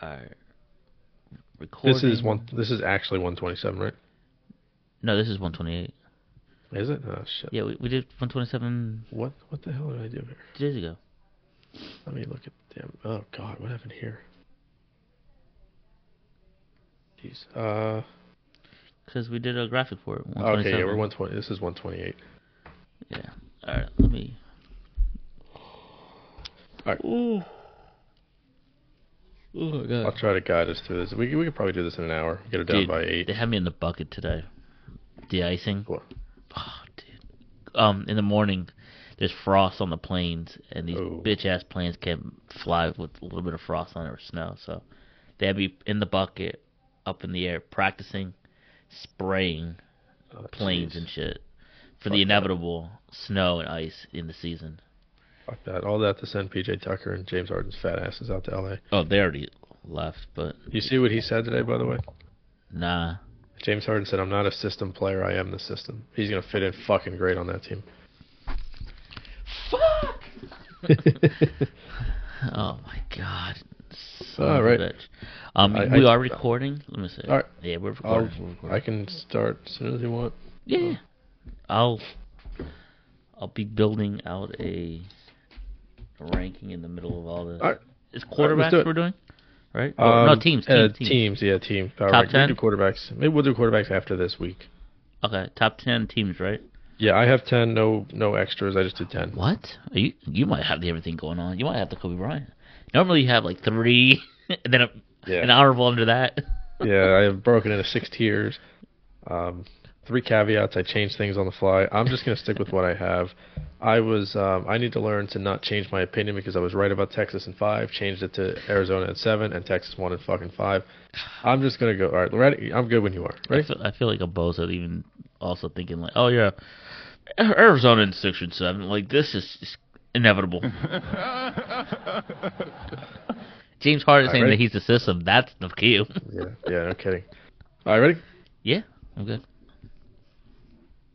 Uh, This recording. is one. This is actually 127, right? No, this is 128. Is it? Oh shit. Yeah, we, we did 127 What What the hell did I do here? two days ago. Let me look at damn. Oh god, what happened here? Jeez. Uh. Because we did a graphic for it. Okay. Yeah, 127. we're 120. This is 128. Yeah. All right. Let me. All right. Ooh. Oh my I'll god. try to guide us through this. We we could probably do this in an hour. Get it done Dude, by eight. They had me in the bucket today. The icing. What? Oh, dude. Um, in the morning, there's frost on the planes, and these Oh. bitch ass planes can't fly with a little bit of frost on it or snow. So they had me in the bucket, up in the air, practicing, spraying Oh, planes jeez. and shit for Fuck the that. inevitable snow and ice in the season. Fuck that. All that to send PJ Tucker and James Harden's fat asses out to LA. Oh, they already left, but You see what he said today, by the way? nah. James Harden said, I'm not a system player. I am the system. He's going to fit in fucking great on that team. Fuck. oh my god. Son All of a right. bitch. Um, I- we I- uh, are recording. Let me see. All right. Yeah, we're I'll- recording. We're recording. I can start as soon as you want. yeah, yeah. I'll I'll be building out a ranking in the middle of all this. All right. Is All right, let's quarterbacks do it. we're doing? Right? Or- Oh, no Um, teams. Team, uh, teams. teams, yeah, team. Power Top rank- 10? We do quarterbacks. Maybe we'll do quarterbacks after this week. Okay, top ten teams, right? Yeah, I have 10. No no extras. I just did 10. What? Are you you might have everything going on. You might have the Kobe Bryant. Normally you have like three, and then a, Yeah. an honorable under that. yeah, I have broken into six tiers. Um, three caveats. I change things on the fly. I'm just gonna stick with what I have. I was. Um, I need to learn to not change my opinion because I was right about Texas in five. Changed it to Arizona at seven, and Texas won in fucking five. I'm just gonna go. All right, ready? I'm good when you are. I Ready? feel, I feel like a bozo even also thinking like, oh yeah, Arizona in six and seven. Like this is just inevitable. James Harden All saying right. that he's the system. That's the cue. Yeah. Yeah. No kidding. All right, ready? yeah, I'm good.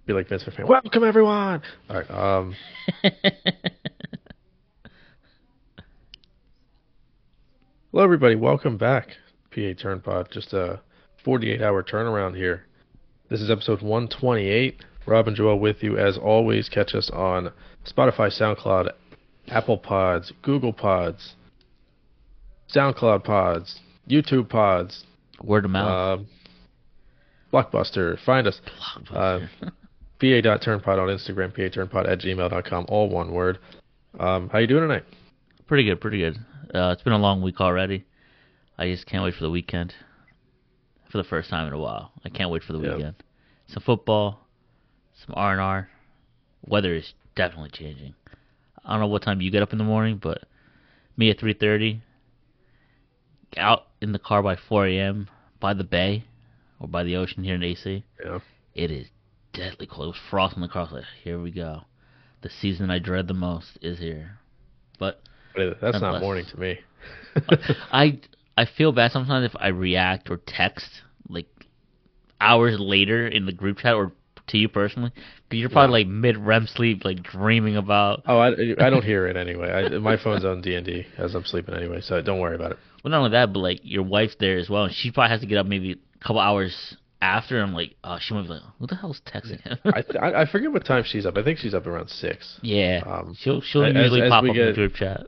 Be like Vince McMahon. Welcome everyone. All right. Um. Hello, everybody. Welcome back. PA Turn Pod. Just a 48 hour turnaround here. This is episode 128. Rob and Joel with you. As always, catch us on Spotify, SoundCloud, Apple Pods, Google Pods, SoundCloud Pods, YouTube Pods, Word of mouth. um, Blockbuster. Find us. Blockbuster. uh, PA.turnpod on Instagram, PATurnpod at gmail.com, all one word. Um, how you doing tonight? pretty good, pretty good. Uh, it's been a long week already. I just can't wait for the weekend. For the first time in a while, I can't wait for the Yeah. weekend. Some football, some R and R. Weather is definitely changing. I don't know what time you get up in the morning, but me at three thirty, out in the car by four a.m. by the bay or by the ocean here in AC. Yeah. It is deadly cold. It was frost on the car. I was like, here we go. The season I dread the most is here. But But That's Unless- not morning to me. I I feel bad sometimes if I react or text like hours later in the group chat or to you personally, 'cause you're probably like mid REM sleep, like dreaming about. Oh, I, I don't hear it anyway. I, my phone's on D and D as I'm sleeping anyway, so don't worry about it. Well, not only that, but like your wife's there as well, and she probably has to get up maybe a couple hours after. And I'm like, oh, she might be like, who the hell's texting him? I th- I I forget what time she's up. I think she's up around six. yeah, Um, she'll she'll as- usually as pop we up in the get- group chat.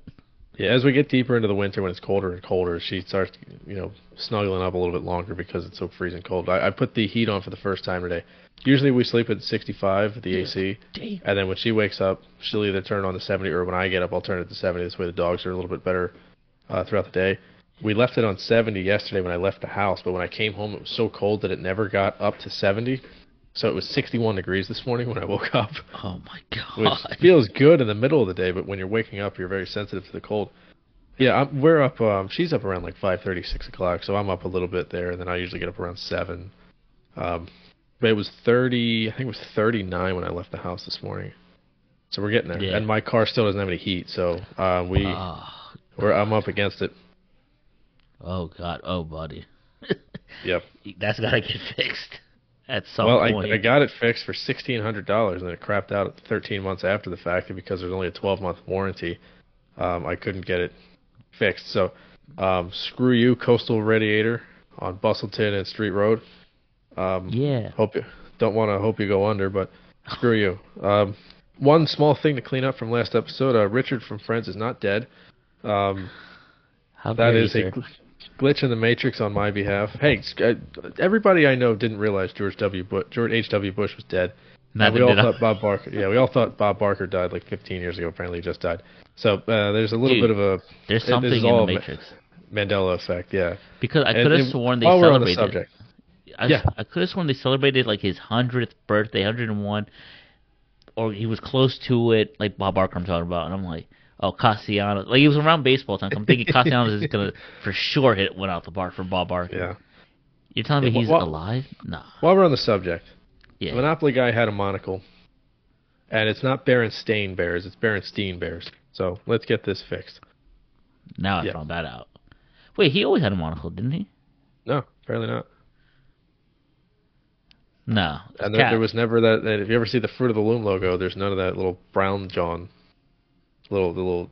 Yeah. As we get deeper into the winter, when it's colder and colder, she starts you know snuggling up a little bit longer because it's so freezing cold. I, I put the heat on for the first time today. Usually we sleep at 65 at the AC, Damn. and then when she wakes up, she'll either turn it on to 70, or when I get up, I'll turn it to 70. This way the dogs are a little bit better uh, throughout the day. We left it on 70 yesterday when I left the house, but when I came home, it was so cold that it never got up to 70. So it was 61 degrees this morning when I woke up, Oh my which god. feels good in the middle of the day, but when you're waking up, you're very sensitive to the cold. Yeah, I'm, we're up. Um, she's up around like 5:30, 6 o'clock, so I'm up a little bit there, and then I usually get up around 7. Um, but it was 30. I think it was 39 when I left the house this morning. So we're getting there, Yeah. and my car still doesn't have any heat, so uh, we Oh, we're, I'm up against it. oh god. Oh buddy. Yep. That's gotta get fixed at some well, point. I, I got it fixed for sixteen hundred dollars, and then it crapped out at thirteen months after the fact, and because there's only a twelve month warranty, um, I couldn't get it fixed. So Um, screw you, Coastal Radiator on Bustleton and Street Road. Um, Yeah. Hope you don't want to hope you go under, but screw you. Um, one small thing to clean up from last episode: uh, Richard from Friends is not dead. Um, How that dare you, is a sir. gl- glitch in the matrix on my behalf. Hey, it's- uh, everybody I know didn't realize George W. Bush, George H. W. Bush was dead. And Neither we all did I. thought Bob Barker. Yeah, we all thought Bob Barker died like 15 years ago. Apparently, he just died. So uh, there's a little Dude. bit of a There's it- this something is in the all ma- Matrix Mandela effect. Yeah, because I And- could have and sworn they while we're on the celebrated. subject, I, Yeah. I could have sworn they celebrated like his hundredth birthday, hundred and one, or he was close to it, like Bob Barker I'm talking about, and I'm like, oh Castellanos, like he was around baseball time. so I'm thinking Castellanos is gonna for sure hit one out the park for Bob Barker. yeah. You're telling me Yeah, wh- he's wh- alive? Nah. While we're on the subject, Yeah. the Monopoly guy had a monocle, and it's not Berenstain Bears, it's Berenstein Bears. So let's get this fixed. now I yeah. found that out. Wait, he always had a monocle, didn't he? No, apparently not. No. And Cap. there, there was never that, that. If you ever see the Fruit of the Loom logo, there's none of that little brown John, little the little.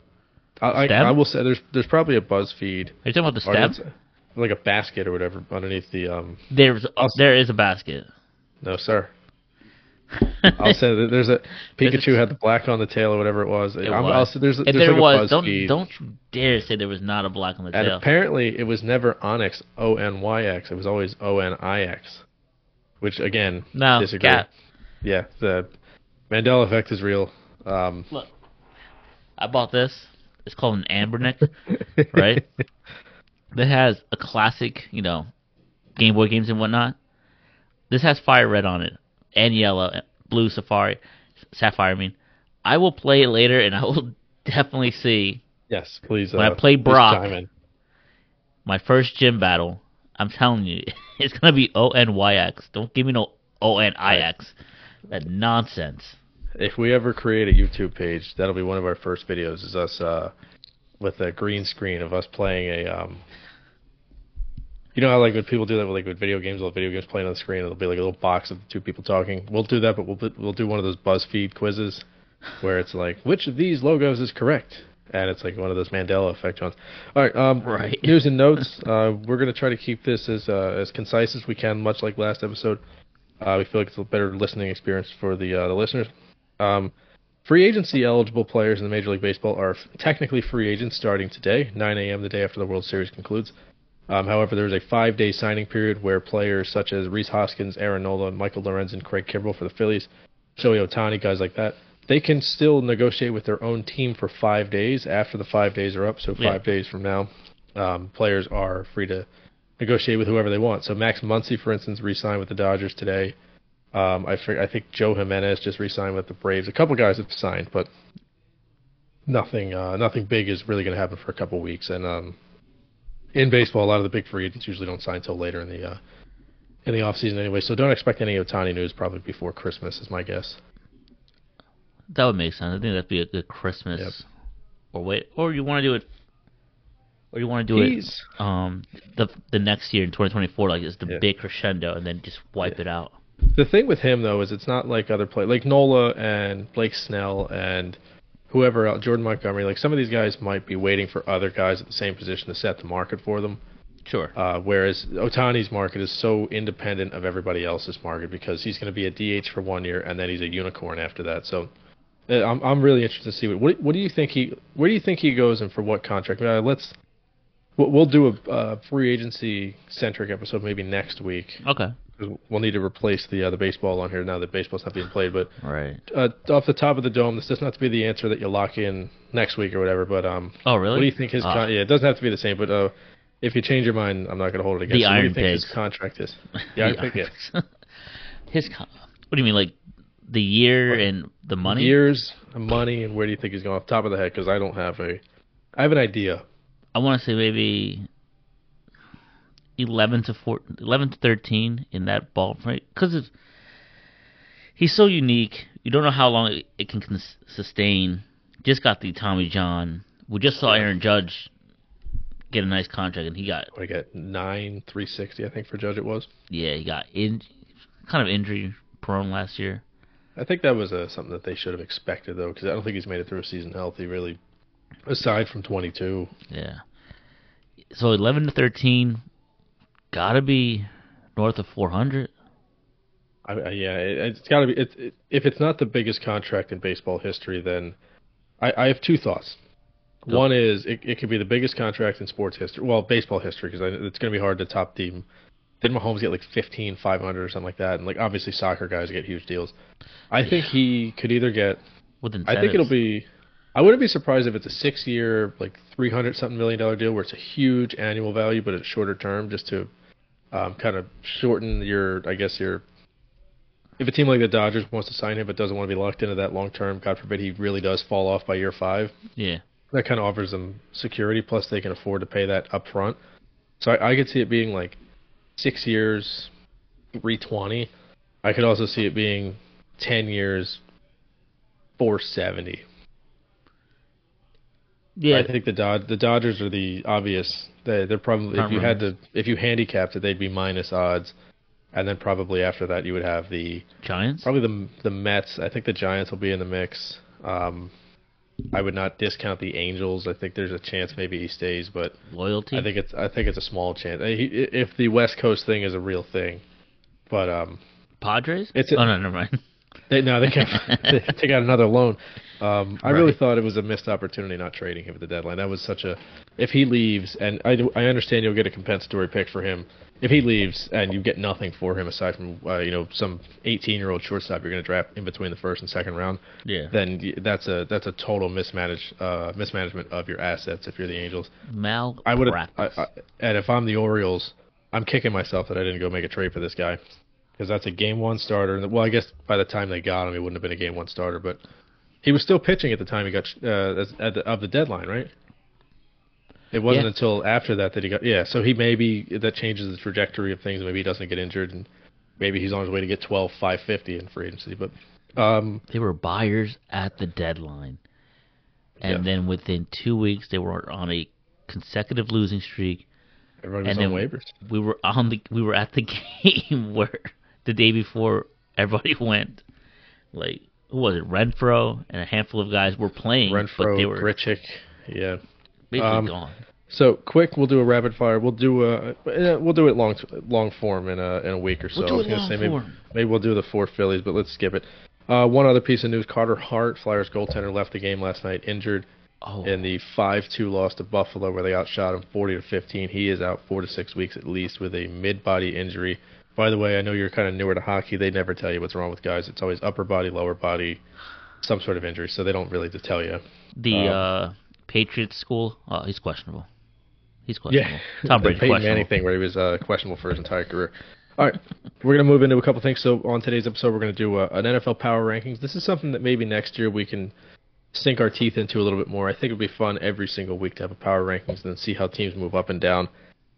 I, I, Stem? I will say there's there's probably a BuzzFeed Are you talking about the stem? Or that's- Like a basket or whatever underneath the um. There's I'll- there is a basket. No, sir. I'll say that there's a Pikachu had the black on the tail or whatever it was. It I'm, was. I'll say there's a, if there's there like a was, don't BuzzFeed. don't you dare say there was not a black on the And tail. apparently it was never Onyx O N Y X. It was always O N I X, which again No, disagree. Cap. Yeah, the Mandela effect is real. Um, Look, I bought this. It's called an Ambernick, right? That has a classic, you know, Game Boy games and whatnot. This has fire red on it and yellow, and blue safari, sapphire. I mean, I will play it later, and I will definitely see yes, please. When I uh, play please Brock- chime in. my first gym battle. I'm telling you, it's gonna be O N Y X. Don't give me no O N I X. That nonsense. If we ever create a YouTube page, that'll be one of our first videos. Is us uh, with a green screen of us playing a. Um, you know how like when people do that with like with video games, all video games playing on the screen, it'll be like a little box of two people talking. We'll do that, but we'll put- we'll do one of those BuzzFeed quizzes where it's like which of these logos is correct, and it's like one of those Mandela effect ones. All right, um, Right. News and notes. Uh, we're gonna try to keep this as uh, as concise as we can, much like last episode. Uh, we feel like it's a better listening experience for the uh, the listeners. Um, free agency eligible players in the Major League Baseball are f- technically free agents starting today, 9 a.m. the day after the World Series concludes. Um, however, there is a five-day signing period where players such as Reese Hoskins, Aaron Nola, Michael Lorenz, and Craig Kimbrell for the Phillies, Shohei Otani, guys like that, they can still negotiate with their own team for five days after the five days are up. So five Yeah. days from now, um, players are free to negotiate with whoever they want. So Max Muncy, for instance, re-signed with the Dodgers today. Um, I fig- I think Joe Jimenez just re-signed with the Braves. A couple guys have signed, but nothing uh, nothing big is really going to happen for a couple weeks. And um, in baseball, a lot of the big free agents usually don't sign till later in the uh, in the off season anyway. So don't expect any Otani news probably before Christmas is my guess. That would make sense. I think that'd be a good Christmas. Yep. Or wait, or you want to do it, or you want to do He's- it, um, the the next year in 2024, like it's the Yeah. big crescendo, and then just wipe it out. The thing with him though is it's not like other play like Nola and Blake Snell and whoever else, Jordan Montgomery. Like some of these guys might be waiting for other guys at the same position to set the market for them. Sure. Uh, whereas Otani's market is so independent of everybody else's market because he's going to be a DH for one year and then he's a unicorn after that. So uh, I'm I'm really interested to see what what, what do you think he where do you think he goes and for what contract? Uh, let's we'll we'll do a uh, free agency centric episode maybe next week okay. 'cause we'll need to replace the uh, the baseball on here now that baseball's not being played. But Right. uh, off the top of the dome, this does not have to be the answer that you lock in next week or whatever. But um, Oh, really? what do you think his Ah. con- yeah? It doesn't have to be the same, but uh, if you change your mind, I'm not going to hold it against The you. What do Iron you think his Pigs. contract is? The Iron Pig, yeah. His con- what do you mean, like the year and the money? Years, money, and where do you think he's going? Off the top of the head, because I don't have a, I have an idea. I want to say maybe 11 to 4, 11 to 13 in that ball, right? Because he's so unique. You don't know how long it, it can cons- sustain. Just got the Tommy John. We just saw Aaron Judge get a nice contract, and he got What I get nine three sixty, I think for Judge it was. yeah, he got in kind of injury prone last year. I think that was uh, something that they should have expected though, because I don't think he's made it through a season healthy really. Aside from 22, Yeah. so 11 to 13 gotta be north of 400 I, I, yeah, it, it's got to be. It, it, if it's not the biggest contract in baseball history, then I, I have two thoughts. Go. One is it, it could be the biggest contract in sports history. Well, baseball history, because it's going to be hard to top the. Didn't Mahomes get like 15, 500 or something like that? And like obviously soccer guys get huge deals. I think he could either get. with I incentives. think it'll be. I wouldn't be surprised if it's a six-year, like three hundred something million dollar deal, where it's a huge annual value, but it's shorter term, just to um, kind of shorten your, I guess your. If a team like the Dodgers wants to sign him but doesn't want to be locked into that long term, God forbid he really does fall off by year five, yeah. that kind of offers them security. Plus, they can afford to pay that up front. So I, I could see it being like six years, three twenty. I could also see it being ten years, four seventy. Yeah. I think the Dod- the Dodgers are the obvious. They they're probably if Front you had to if you handicapped it, they'd be minus odds, and then probably after that you would have the Giants? probably the the Mets. I think the Giants will be in the mix. Um, I would not discount the Angels. I think there's a chance maybe he stays, but Loyalty? I think it's I think it's a small chance I- he- if the West Coast thing is a real thing. But um, Padres? It's a- oh, no, never mind. they no they can't they they got another loan. Um, I really Right. thought it was a missed opportunity not trading him at the deadline. That was such a if he leaves and I do- I understand you'll get a compensatory pick for him. If he leaves and you get nothing for him aside from uh, you know some 18 year old shortstop you're going to draft in between the first and second round, Yeah. then y- that's a that's a total mismanage uh, mismanagement of your assets if you're the Angels. Mal. I would have, and if I'm the Orioles, I'm kicking myself that I didn't go make a trade for this guy because that's a game one starter. And well, I guess by the time they got him, he wouldn't have been a game one starter, but he was still pitching at the time he got uh, as- at the, of the deadline, right? It wasn't Yeah. until after that that he got yeah. So he maybe that changes the trajectory of things. Maybe he doesn't get injured, and maybe he's on his way to get 12, 550 in free agency. But um, They were buyers at the deadline. And Yeah. then within two weeks, they were on a consecutive losing streak. everyone was And on then- waivers. We were on the we were at the game where the day before everybody went. Like who was it? Renfro and a handful of guys were playing, but Renfro, they were Grichik, yeah. basically um, gone. So quick, we'll do a rapid fire. We'll do a eh, we'll do it long long form in a in a week or so. We'll do I was it gonna long say maybe, form. maybe we'll do the four Phillies, but let's skip it. Uh, one other piece of news: Carter Hart, Flyers goaltender, left the game last night injured Oh, in the five two loss to Buffalo, where they outshot him forty to fifteen. He is out four to six weeks at least with a mid body injury. By the way, I know you're kind of newer to hockey. They never tell you what's wrong with guys. It's always upper body, lower body, some sort of injury. So they don't really tell you. the um, uh, Patriots school. Oh, he's questionable. He's questionable. Yeah, Tom The Brady's Peyton Manning questionable. thing where he was uh, questionable for his entire career. All right, we're gonna move into a couple things. So on today's episode, we're gonna do uh, an NFL power rankings. This is something that maybe next year we can sink our teeth into a little bit more. I think it'd be fun every single week to have a power rankings and then see how teams move up and down.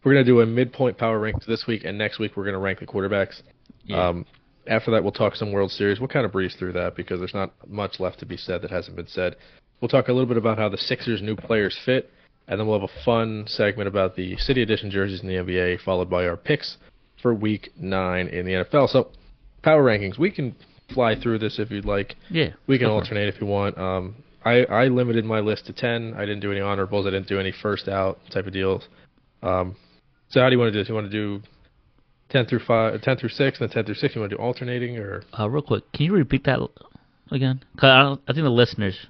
We're gonna do a midpoint power rankings this week, and next week we're gonna rank the quarterbacks. Yeah. Um, after that, we'll talk some World Series. We'll kind of breeze through that because there's not much left to be said that hasn't been said. We'll talk a little bit about how the Sixers' new players fit, and then we'll have a fun segment about the City Edition jerseys in the NBA, followed by our picks for Week Nine in the NFL. So, power rankings. We can fly through this if you'd like. yeah. We can go for it. alternate if you want. Um, I, I limited my list to 10. I didn't do any honorables. I didn't do any first out type of deals. Um, so how do you want to do this? You want to do 10 through 5, 10 through 6, and then 10 through 6? You want to do alternating or Uh, real quick, can you repeat that l- again? 'Cause I, don't, I think the listeners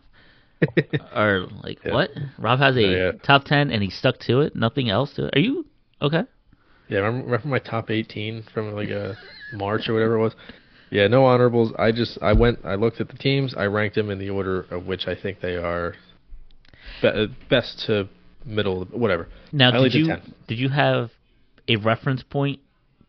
are like, Yeah. "What? Rob has a Yeah, yeah. top ten and he stuck to it. Nothing else to it. Are you okay? Yeah, remember, remember my top 18 from like uh, March or whatever it was. Yeah, no honorables. I just I went I looked at the teams. I ranked them in the order of which I think they are be- uh, best to middle, whatever. Now, I only did you did 10. did you have a reference point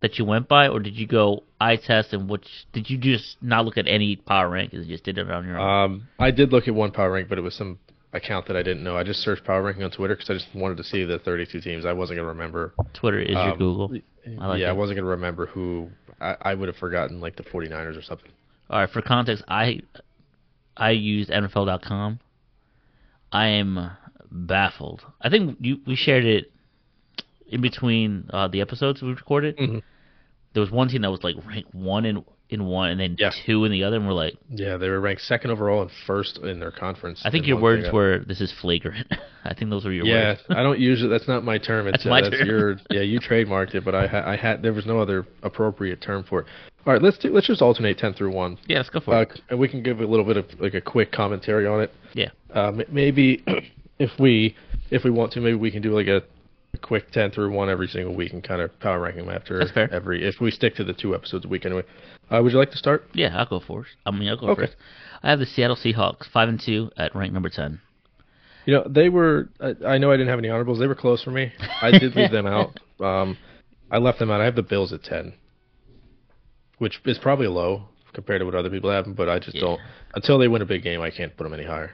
that you went by, or did you go eye test and which did you just not look at any power rankings? You just did it on your own. Um, I did look at one power rank, but it was some account that I didn't know. I just searched power ranking on Twitter because I just wanted to see the 32 teams. I wasn't gonna remember. Twitter is your um, Google. I like yeah, I that. wasn't gonna remember who. I, I would have forgotten like the 49ers or something. All right, for context, I I used NFL.com. I am baffled. I think you, we shared it in between uh, the episodes we recorded. Mhm. There was one team that was like ranked one and in one and then Yeah. two in the other, and we're like, Yeah, they were ranked second overall and first in their conference. I think in your one words thing. were this is flagrant. I think those were your Yeah, words. I don't usually. That's not my term. It's That's my uh, that's term. your. Yeah, you trademarked it, but I ha- I had there was no other appropriate term for it. All right, let's do let's just alternate ten through one, Yeah, let's go for uh, it. and we can give a little bit of like a quick commentary on it. Yeah. Uh, m- maybe if we if we want to, maybe we can do like a, a quick ten through one every single week and kind of power rank them after That's fair. every if we stick to the two episodes a week anyway. Uh, would you like to start? Yeah, I'll go first. I mean, I'll go Okay. first. I have the Seattle Seahawks five and two at rank number ten. You know, they were. I, I know I didn't have any honorables. They were close for me. I did leave them out. Um, I left them out. I have the Bills at ten, which is probably low compared to what other people have. 'em, But I just Yeah. don't. Until they win a big game, I can't put them any higher.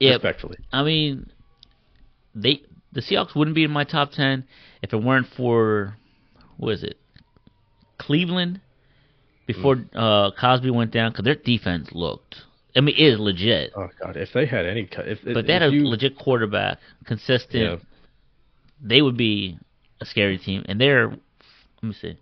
Yeah, Respectfully, I mean, they the Seahawks wouldn't be in my top ten if it weren't for what is it, Cleveland before uh, Cosby went down because their defense looked. I mean, it is legit, oh god, if they had any, co- if but if they had a you- legit quarterback, consistent. Yeah. They would be a scary team, and they're let me see.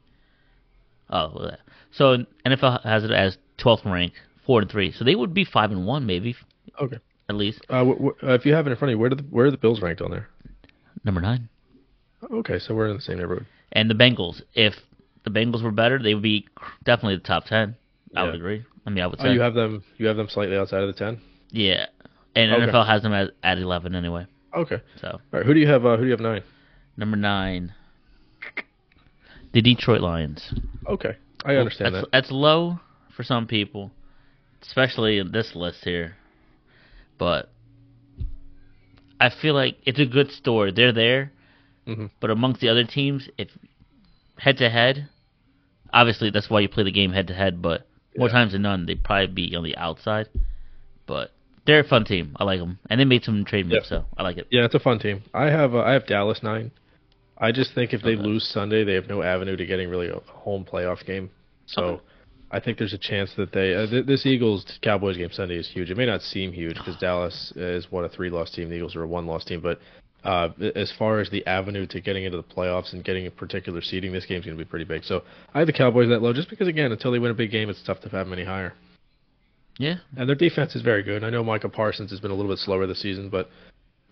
Oh, well, that- so NFL has it as 12th rank, four and three. So they would be five and one, maybe okay. at least Uh, wh- wh- uh, if you have it in front of you, where do the, where are the Bills ranked on there? number nine. Okay, so we're in the same neighborhood. and the Bengals. If the Bengals were better, they would be definitely the top ten. I would Yeah. agree. I mean, I would say, Oh, you have them. You have them slightly outside of the ten. yeah. And Okay. NFL has them at, at eleven anyway. Okay. So All right. Who do you have? Uh, who do you have nine? number nine, the Detroit Lions. Okay, I understand that's, that. That's low for some people, especially in this list here. But I feel like it's a good story. They're there, Mhm. but amongst the other teams, if head to head, obviously that's why you play the game head to head. But more Yeah. times than none, they'd probably be on the outside. But they're a fun team. I like them, and they made some trade moves, so I like it. Yeah, it's a fun team. I have uh, I have Dallas nine. I just think if they Okay. lose Sunday, they have no avenue to getting really a home playoff game. So Okay. I think there's a chance that they uh, th- this Eagles Cowboys game Sunday is huge. It may not seem huge because Dallas is what a three loss team. The Eagles are a one loss team, but uh, as far as the avenue to getting into the playoffs and getting a particular seeding, this game's going to be pretty big. So I have the Cowboys that low just because again, until they win a big game, it's tough to have them any higher. Yeah, And their defense is very good. I know Michael Parsons has been a little bit slower this season, but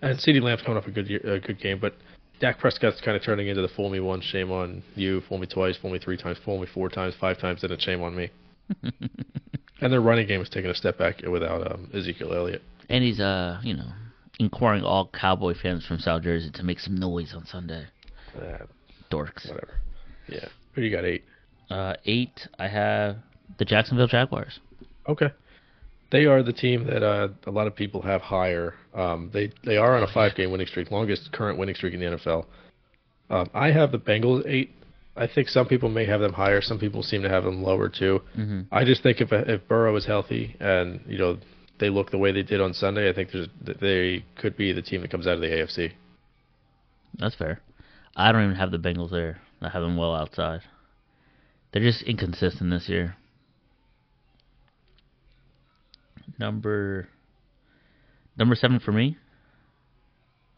and Ceedee Lamb's coming off a good year, a good game, but Dak Prescott's kind of turning into the fool me once, shame on you, fool me twice, fool me three times, fool me four times, five times, then a shame on me. and their running game is taking a step back without um, Ezekiel Elliott. and he's uh, you know, inquiring all Cowboy fans from South Jersey to make some noise on Sunday. Uh, Dorks. whatever. Yeah. Who do you got eight? Uh, eight, I have the Jacksonville Jaguars. Okay. They are the team that uh, a lot of people have higher. Um, they they are on a five game winning streak, longest current winning streak in the NFL. Um, I have the Bengals at eight. I think some people may have them higher. Some people seem to have them lower too. Mhm. I just think if if Burrow is healthy and you know they look the way they did on Sunday, I think there's that they could be the team that comes out of the AFC. That's fair. I don't even have the Bengals there. I have them well outside. They're just inconsistent this year. Number number seven for me.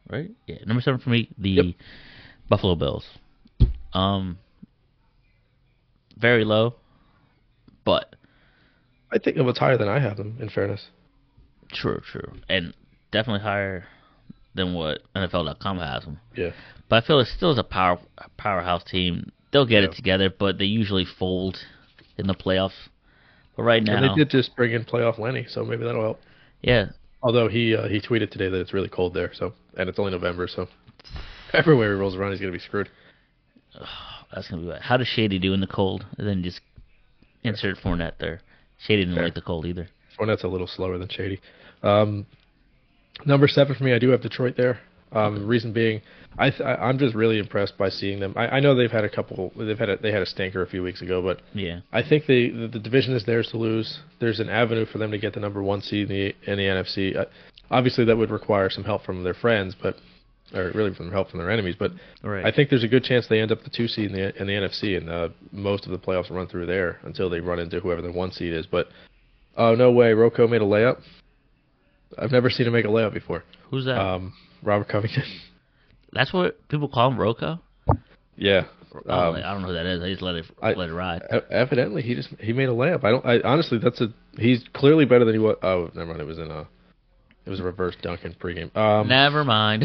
Right? Yeah, number seven for me, the Yep. Buffalo Bills. Um very low. But I think it was higher than I have them. In fairness, true, true. And definitely higher than what NFL.com has them. yeah. But I feel it still is a power a powerhouse team. They'll get Yeah. it together, but they usually fold in the playoffs. But right And now, they did just bring in playoff Lenny, so maybe that'll help. yeah, Although he uh, he tweeted today that it's really cold there, so and it's only November, so everywhere he rolls around, he's gonna be screwed. that's gonna be bad. How does Shady do in the cold? And then just insert Fournette there. Shady didn't Fair. like the cold either. Fournette's a little slower than Shady. Um, number seven for me, I do have Detroit there. Um, reason being, I th- I- I'm just really impressed by seeing them. I, I know they've had a couple, they've had a, they had a stinker a few weeks ago, but Yeah, I think they, the, the division is theirs to lose. There's an avenue for them to get the number one seed in the in the NFC. Uh, obviously, that would require some help from their friends, but or really from help from their enemies. But right. I think there's a good chance they end up the two seed in the in the NFC, and uh, most of the playoffs run through there until they run into whoever the one seed is. But oh no way, Rocco made a layup. I've never seen him make a layup before. uh, Who's that? Um, Robert Covington. that's what people call him, Rocco. yeah, I don't, Um, like- I don't know who that is. I just let it I- let it ride. E- Evidently, he just he made a layup. I don't. I honestly, that's a. He's clearly better than he was. Oh, never mind. It was in a. It was a reverse dunk in pregame. Um, Never mind.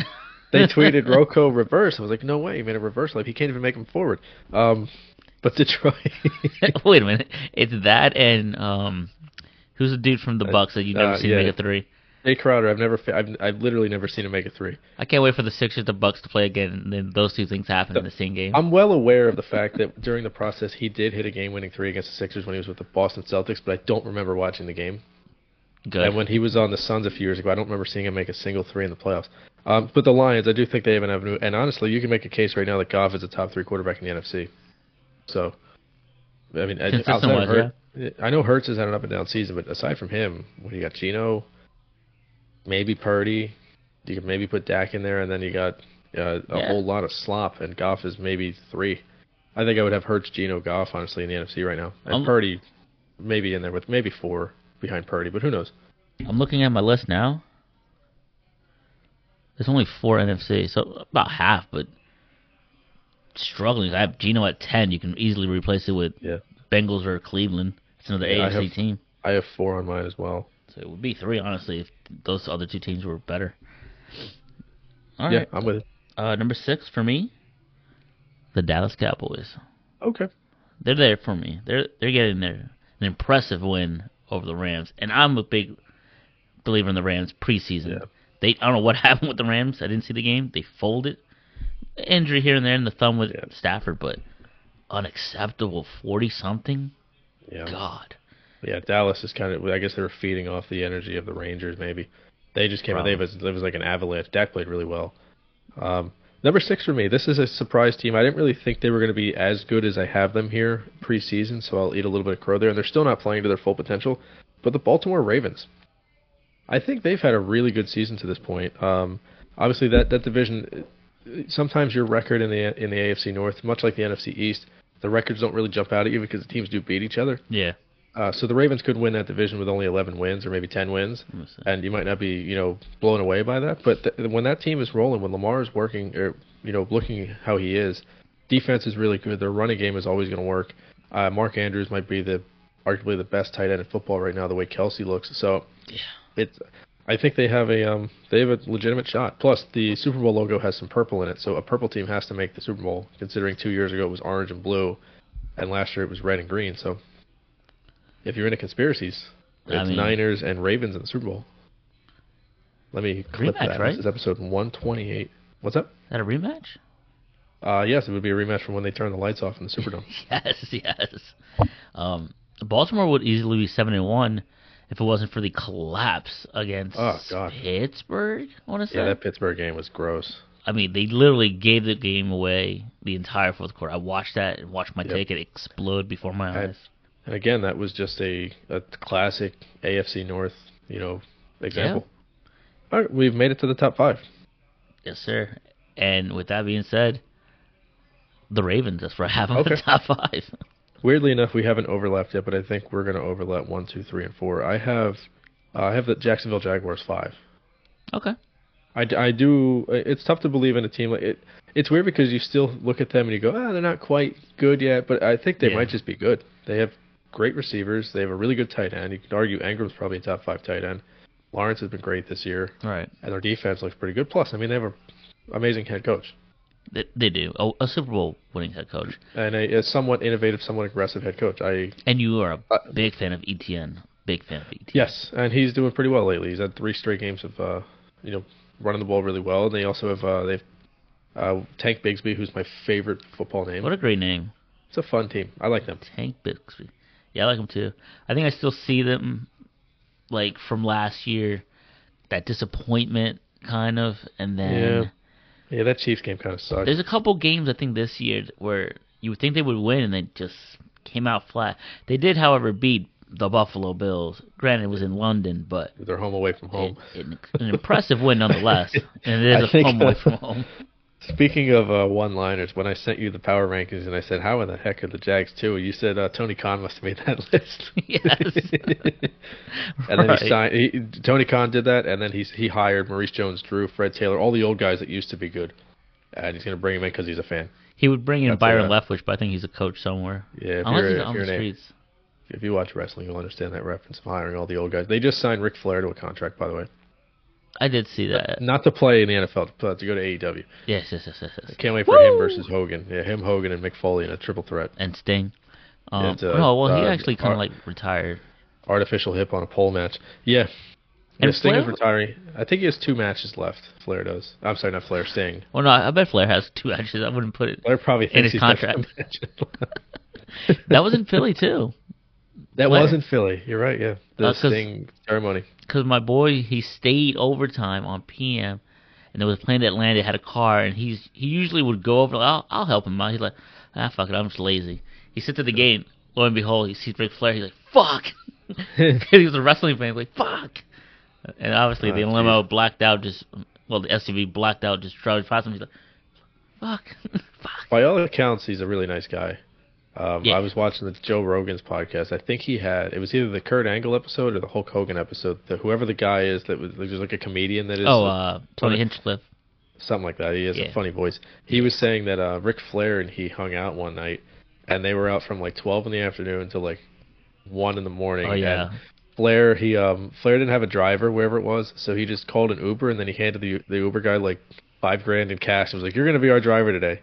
they tweeted Rocco reverse. I was like, no way, he made a reverse layup. He can't even make him forward. Um, but Detroit. Wait a minute. It's that and um, who's the dude from the Bucks that you've never uh, seen yeah. make a three? Jay Crowder. I've never. fa- I've, I've literally never seen him make a three. I can't wait for the Sixers, the Bucks to play again, and then those two things happen in the same game. I'm well aware of the fact that during the process he did hit a game-winning three against the Sixers when he was with the Boston Celtics, but I don't remember watching the game. Good. And when he was on the Suns a few years ago, I don't remember seeing him make a single three in the playoffs. Um, but the Lions, I do think they have an avenue. And honestly, you can make a case right now that Goff is a top three quarterback in the NFC. So, I mean, I- Consistent outside wise, of Hurts, I know Hurts has had an up and down season, but aside from him, what do you got? Gino, maybe Purdy. You could maybe put Dak in there, and then you got uh, a Yeah. whole lot of slop. And Goff is maybe three. I think I would have Hurts, Gino, Goff, honestly, in the NFC right now, and I'm- Purdy maybe in there with maybe four behind Purdy, but who knows? I'm looking at my list now. There's only four NFC, so about half, but struggling. I have Geno at 10. You can easily replace it with Yeah. Bengals or Cleveland. It's another Yeah, I AFC have- team. I have four on mine as well. So it would be three, honestly, if those other two teams were better. All yeah, right. I'm with it. Uh, number six for me, the Dallas Cowboys. Okay. They're there for me. They're they're getting there. An impressive win over the Rams, and I'm a big believer in the Rams preseason. Yeah. They I don't know what happened with the Rams. I didn't see the game. They folded. Injury here and there, and the thumb with Yeah. Stafford, but unacceptable. Forty something. Yeah. God. Yeah. Dallas is kind of. I guess they were feeding off the energy of the Rangers. Maybe they just came out. They was it was like an avalanche. Dak played really well. Um, number six for me. This is a surprise team. I didn't really think they were going to be as good as I have them here preseason. So I'll eat a little bit of crow there. And they're still not playing to their full potential. But the Baltimore Ravens. I think they've had a really good season to this point. Um, obviously, that that division. Sometimes your record in the in the AFC North, much like the NFC East, the records don't really jump out at you because the teams do beat each other. Yeah. Uh, so the Ravens could win that division with only 11 wins or maybe 10 wins, and you might not be you know blown away by that. But th- when that team is rolling, when Lamar is working or you know looking how he is, defense is really good. Their running game is always going to work. Uh, Mark Andrews might be the arguably the best tight end in football right now, the way Kelsey looks. So Yeah. it's I think they have a um, they have a legitimate shot. Plus the Super Bowl logo has some purple in it, so a purple team has to make the Super Bowl. Considering two years ago it was orange and blue, and last year it was red and green. So if you're into conspiracies, I it's mean- Niners and Ravens in the Super Bowl. Let me clip Rematch, that. right? This is episode 128. What's up? Is that a rematch? Uh, yes, it would be a rematch from when they turned the lights off in the Superdome. Yes, yes. Um, Baltimore would easily be seven and one if it wasn't for the collapse against Oh, God. Pittsburgh. I want to say. yeah, that Pittsburgh game was gross. I mean, they literally gave the game away the entire fourth quarter. I watched that and watched my Yep. ticket explode before my Had- eyes. And again, that was just a, a classic AFC North, you know, example. All right, we've made it to the top five. Yes, sir. And with that being said, the Ravens. That's where I have them in Okay. the top five. Weirdly enough, we haven't overlapped yet, but I think we're going to overlap one, two, three, and four. I have, uh, I have the Jacksonville Jaguars five. okay. I, d- I do. uh, It's tough to believe in a team like it. It's weird because you still look at them and you go, ah, they're not quite good yet, but I think they Yeah. might just be good. They have great receivers. They have a really good tight end. You could argue Ingram's probably a top five tight end. Lawrence has been great this year. All right. and their defense looks pretty good. Plus, I mean, they have an amazing head coach They, they do. Oh, a Super Bowl winning head coach. and a, a somewhat innovative, somewhat aggressive head coach. I And you are a Uh, big fan of ETN. Big fan of E ETN. yes, and he's doing pretty well lately. He's had three straight games of uh, you know running the ball really well. And they also have uh, they've uh, Tank Bigsby, who's my favorite football name. What a great name. It's a fun team. I like them. Tank Bixby. Yeah, I like him too. I think I still see them like from last year, that disappointment kind of, and then Yeah. Yeah, that Chiefs game kind of sucks. there's a couple games I think this year where you would think they would win and they just came out flat. They did, however, beat the Buffalo Bills. Granted, it was in London, but They're home away from home. it, an, an impressive win nonetheless. And it Oh. I is a think- home away from home. Speaking of uh, one-liners, when I sent you the power rankings and I said, "How in the heck are the Jags two? You said uh, Tony Khan must have made that list. Yes. And then he Right. signed. He, Tony Khan did that, and then he he hired Maurice Jones-Drew, Fred Taylor, all the old guys that used to be good. and he's gonna bring him in because he's a fan. He would bring in That's Byron a- Leftwich, but I think he's a coach somewhere. Yeah, if Unless you're, he's if on you're the an, A- streets. if you watch wrestling, you'll understand that reference of hiring all the old guys. They just signed Ric Flair to a contract, by the way, I did see that. not to play in the NFL, but to go to AEW. Yes, yes, yes, yes. yes. Can't wait for him Woo! versus Hogan. Yeah, him, Hogan, and Mick Foley in a triple threat. And Sting. Um, It's, uh, no, well, he uh, actually kind Ar- of like retired. Artificial hip on a pole match. Yeah. And yeah Sting is Flair- retiring. I think he has two matches left. Flair does. I'm sorry, not Flair. Sting. Well, no, I I bet Flair has two matches. I wouldn't put it. Flair probably his thinks he's got contract. that match left. That was in Philly too, That Flair. was in Philly. You're right. Yeah, the Uh, 'cause- Sting ceremony. because my boy he stayed overtime on PM, and there was a plane that landed had a car, and he's he usually would go over. I'll I'll help him out. He's like, ah, fuck it, I'm just lazy. He sits at the gate. Lo and behold, he sees Ric Flair. He's like, fuck, 'Cause he was a wrestling fan. He's like, fuck, and obviously Oh, the dude. limo blacked out. Just well, the SUV blacked out. Just charged past him. He's like, fuck, fuck. By all accounts, he's a really nice guy. Um, Yeah. I was watching the Joe Rogan's podcast. I think he had it was either the Kurt Angle episode or the Hulk Hogan episode. The, whoever the guy is that was there's like a comedian that is Oh, a- uh, Tony Hinchcliffe. something like that. He has Yeah. a funny voice. He was saying that uh, Ric Flair and he hung out one night, and they were out from like twelve in the afternoon to like one in the morning. Oh yeah. And Flair he um Flair didn't have a driver wherever it was, so he just called an Uber and then he handed the the Uber guy like five grand in cash. and was like, "You're gonna be our driver today."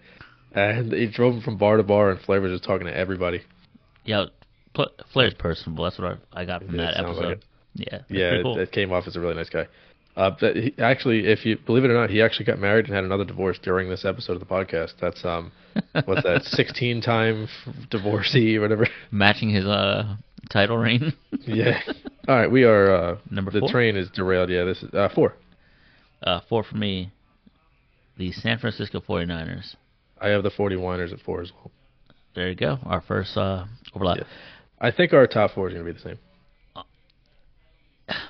And he drove him from bar to bar, and Flair was just talking to everybody. Yeah, Pl- Flair's personable. That's what I, I got from Yeah, it that sounds episode. like Yeah, that's yeah, pretty it, cool. it came off as a really nice guy. Uh, but he, actually, if you believe it or not, he actually got married and had another divorce during this episode of the podcast. That's um, what's that, sixteen-time divorcee or whatever? Matching his uh title reign. yeah. All right, we are uh, Number The four? train is derailed. Yeah, this is uh, four. uh, four for me. The San Francisco 49ers. I have the 41ers at four as well. There you go. Our first uh, overlap. Yeah. I think our top four is going to be the same.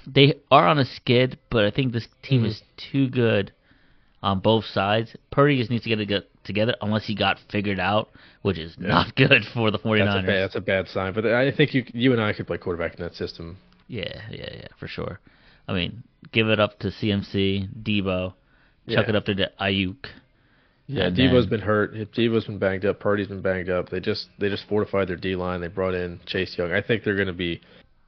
They are on a skid, but I think this team Mm-hmm. is too good on both sides. Purdy just needs to get it get together unless he got figured out, which is not good for the That's a, 49ers. bad, that's a bad sign, but I think you you and I could play quarterback in that system. Yeah, yeah, yeah, for sure. I mean, give it up to CMC, Debo, chuck Yeah. it up to De- Ayuk. Yeah, And Debo's then- been hurt. Debo's been banged up. Purdy's been banged up. They just they just fortified their D line. They brought in Chase Young. I think they're going to be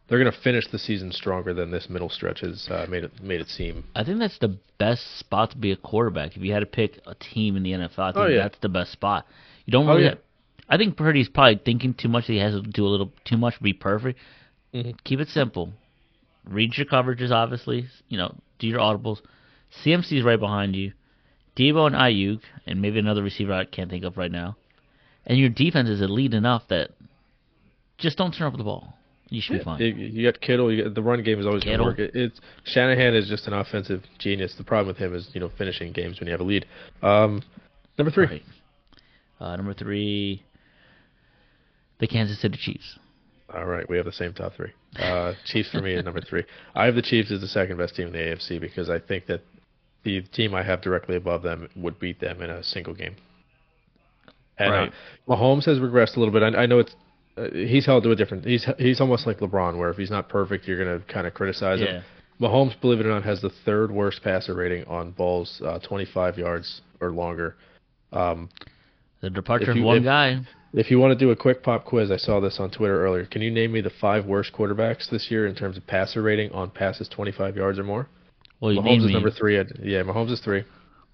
they're going to finish the season stronger than this middle stretch has uh, made it made it seem. I think that's the best spot to be a quarterback. If you had to pick a team in the NFL, I think Oh, yeah. that's the best spot. You don't Oh, really. yeah. have- I think Purdy's probably thinking too much. That he has to do a little too much to be perfect. Keep it simple. Read your coverages, obviously. You know, do your audibles. CMC's right behind you. Debo and Ayuk, and maybe another receiver I can't think of right now. And your defense is elite enough that just don't turn over the ball. You should be fine. You, you got Kittle. You got, the run game is always going to Kittle. work. It, it's Shanahan is just an offensive genius. The problem with him is you know finishing games when you have a lead. Um, number three. Right. Uh, number three, the Kansas City Chiefs. All right, we have the same top three. Uh, Chiefs for me is number three. I have the Chiefs as the second best team in the AFC because I think that the team I have directly above them would beat them in a single game. And Right. uh, Mahomes has regressed a little bit. I, I know it's uh, he's held to a different. He's he's almost like LeBron, where if he's not perfect, you're gonna kind of criticize Yeah. him. Mahomes, believe it or not, has the third worst passer rating on balls uh, 25 yards or longer. Um, The departure If of you- one if- guy. if you want to do a quick pop quiz, I saw this on Twitter earlier. Can you name me the five worst quarterbacks this year in terms of passer rating on passes 25 yards or more? Well, you Mahomes named is me number three. I'd- Yeah, Mahomes is three.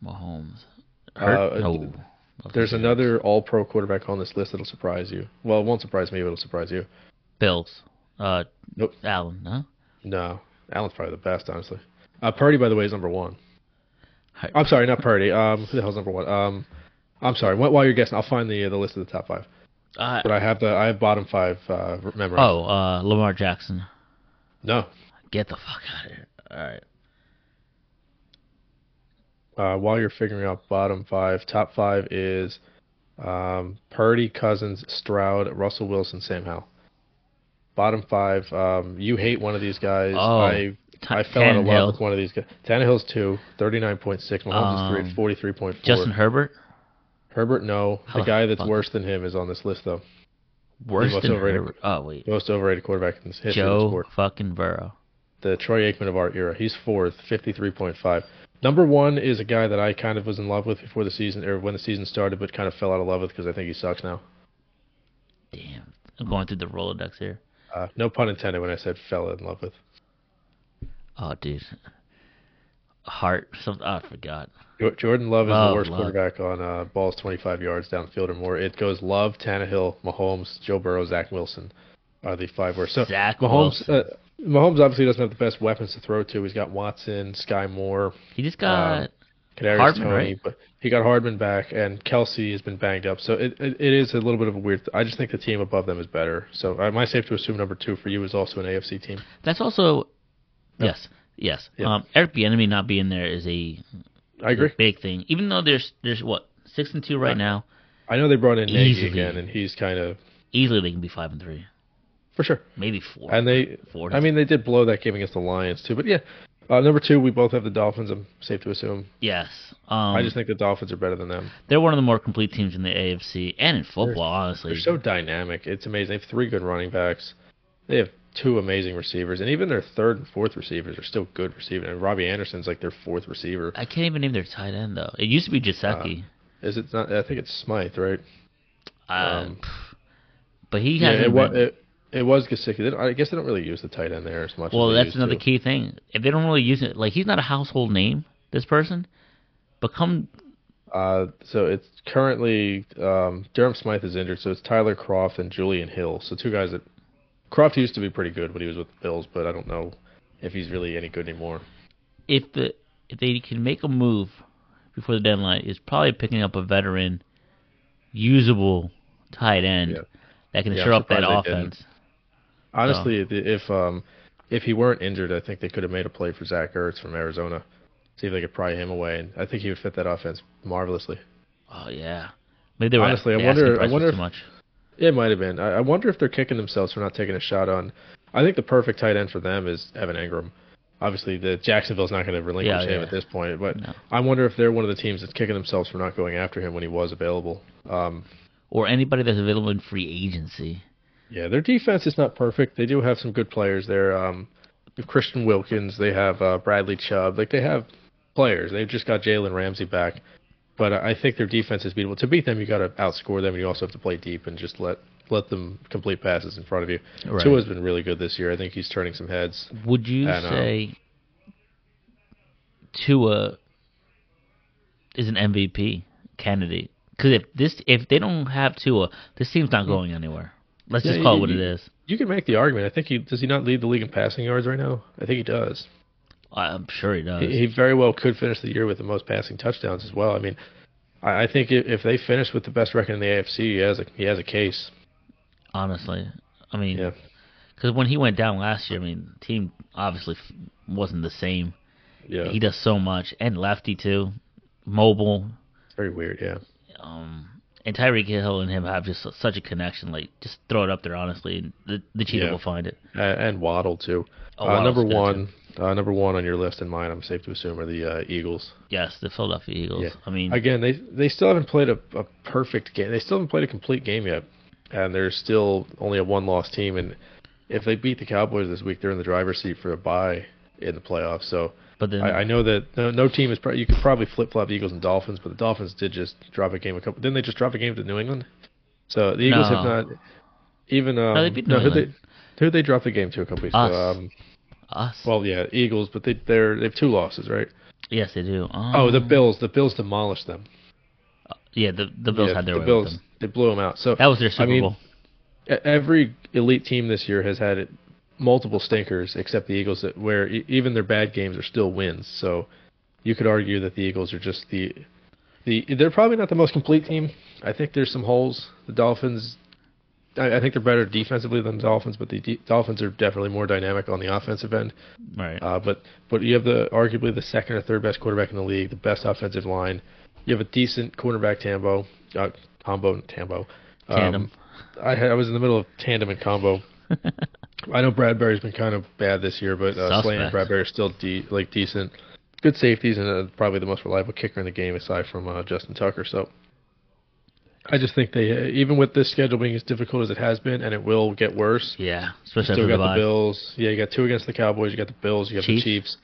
Mahomes. Hurt? Uh, no. There's another All Pro quarterback on this list that'll surprise you. Well, it won't surprise me, but it'll surprise you. Bills. Uh, Nope. Allen. Huh? No, Allen's probably the best, honestly. Uh, Purdy, by the way, is number one. Hi- I'm sorry, not Purdy. Um, who the hell's number one? Um, I'm sorry. Wh- While you're guessing, I'll find the the list of the top five. Uh, But I have the I have bottom five uh, memorized. oh, uh, Lamar Jackson. no, Get the fuck out of here. All right. uh, while you're figuring out bottom five, top five is um, Purdy, Cousins, Stroud, Russell Wilson, Sam Howell. Bottom five, um, you hate one of these guys. Oh, I I fell out of love with one of these guys. Tannehill's two, 39.6. Mahomes Um, is three, at 43.4. Justin Herbert. Herbert, no. How The the guy that's fuck? worse than him is on this list, though. Worse most than overrated. Herbert. Oh wait. Most overrated quarterback in this history of the Joe sport. fucking Burrow. The Troy Aikman of our era. He's fourth, 53.5. Number one is a guy that I kind of was in love with before the season or when the season started, but kind of fell out of love with because I think he sucks now. Damn, I'm going through the Rolodex here. Uh, no pun intended when I said fell in love with. Oh, dude, Hart. Some I forgot. Jo- Jordan Love is Love, the worst Love. quarterback on uh, balls 25 yards downfield or more. It goes Love, Tannehill, Mahomes, Joe Burrow, Zach Wilson are the five worst. So Zach Mahomes, Wilson. uh, Mahomes obviously doesn't have the best weapons to throw to. He's got Watson, Sky Moore, He just got. um, Kadarius Hardman, Tony, right? but he got Hardman back, and Kelsey has been banged up. So it, it, it is a little bit of a weird. I just think the team above them is better. So am I safe to assume number two for you is also an AFC team? that's also. Yes. Yes. Yeah. Um, Eric Bieniemy not being there is a I agree. big thing. Even though there's there's what six and two right Right. now, I know they brought in Nagy Easily. again, and he's kind of easily they can be five and three, for sure. maybe four. And they, four. I mean, they did blow that game against the Lions too. But yeah, uh, number two, we both have the Dolphins. I'm safe to assume. yes. Um, I just think the Dolphins are better than them. they're one of the more complete teams in the AFC and in football. honestly, They're so dynamic. It's amazing. They have three good running backs. They have two amazing receivers, and even their third and fourth receivers are still good receiving. And Robbie Anderson's like their fourth receiver. I can't even name their tight end though. It used to be Jaceki. Is it not? I think it's Smythe, right? Uh, um, pff, but he Yeah, hasn't. it was. been- It, it was Gasicki. They don't- I guess they don't really use the tight end there as much. well, as they that's used another to. key thing. If they don't really use it, like he's not a household name. This person, but come Uh, so it's currently um, Durham Smythe is injured, so it's Tyler Croft and Julian Hill. So two guys that Croft used to be pretty good when he was with the Bills, but I don't know if he's really any good anymore. if the if they can make a move before the deadline, it's probably picking up a veteran, usable tight end Yeah. that can Yeah, I'm shore up that surprised they didn't. offense. Oh. Honestly, if- if um, if he weren't injured, I think they could have made a play for Zach Ertz from Arizona. See if they could pry him away, and I think he would fit that offense marvelously. Oh yeah, maybe they were Honestly, I they asking wonder- I price was wonder too if- much. It might have been. I, I wonder if they're kicking themselves for not taking a shot on. I think the perfect tight end for them is Evan Ingram. Obviously, the Jacksonville's not going to relinquish Yeah, him yeah. at this point, but No. I wonder if they're one of the teams that's kicking themselves for not going after him when he was available. Um, or anybody that's available in free agency. yeah, their defense is not perfect. They do have some good players there. Um, they have Christian Wilkins, they have uh, Bradley Chubb. Like they have players. They've just got Jalen Ramsey back, but I I think their defense is beatable. To beat them, you got to outscore them, and you also have to play deep and just let let them complete passes in front of you. Right. Tua's been really good this year. I think he's turning some heads. Would you I know. say Tua is an MVP candidate? Because if this if they don't have Tua, this team's not going anywhere. Let's Yeah, just call it what you- it is. You can make the argument. I think he does. He not lead the league in passing yards right now. I think he does. I'm sure he does. He, he very well could finish the year with the most passing touchdowns as well. I mean, I, I think if, if they finish with the best record in the AFC, he has a he has a case. honestly, I mean, Yeah. Because when he went down last year, I mean, the team obviously f- wasn't the same. Yeah. He does so much, and lefty too, mobile. very weird. Yeah. Um, and Tyreek Hill and him have just su- such a connection. Like, just throw it up there, honestly, and the the Cheetah Yeah. will find it. A- and Waddle too. Oh, uh, Waddle's number good, one, uh, number one on your list and mine. I'm safe to assume are the uh, Eagles. Yes, the Philadelphia Eagles. Yeah. I mean, Again, they they still haven't played a, a perfect game. They still haven't played a complete game yet, and they're still only a one loss team. And if they beat the Cowboys this week, they're in the driver's seat for a bye in the playoffs. So but then I, I know that no, no team is. Pro- you could probably flip flop Eagles and Dolphins, but the Dolphins did just drop a game. A couple. Didn't they just drop a game to New England? So the Eagles have No. not even. Um, No, they beat New who England. they who they dropped the game to a couple weeks ago. Us. Um, us. well, yeah, Eagles, but they they're they have two losses, right? yes, they do. Um, Oh, the Bills. The Bills demolished them. Yeah, the the Bills Yeah, had their the way Bills. with them. They blew them out. So That was their Super mean, Bowl. e- every elite team this year has had it, multiple stinkers, except the Eagles, that where e- even their bad games are still wins. So you could argue that the Eagles are just the the they're probably not the most complete team. I think there's some holes. The Dolphins. I I think they're better defensively than the Dolphins, but the D- Dolphins are definitely more dynamic on the offensive end. Right. Uh, but but you have the arguably the second or third best quarterback in the league, the best offensive line. You have a decent cornerback Tambo, uh, combo Tambo. Um, Tandem. I, had- I was in the middle of tandem and combo. I know Bradbury's been kind of bad this year, but uh, Slay and Suspect. Bradbury are still de- like decent, good safeties, and uh, probably the most reliable kicker in the game aside from uh, Justin Tucker. So I just think they, uh, even with this schedule being as difficult as it has been, and it will get worse. yeah, especially Still after got the the bye. Bills. Yeah, you got two against the Cowboys. You got the Bills. You got Chiefs. the Chiefs.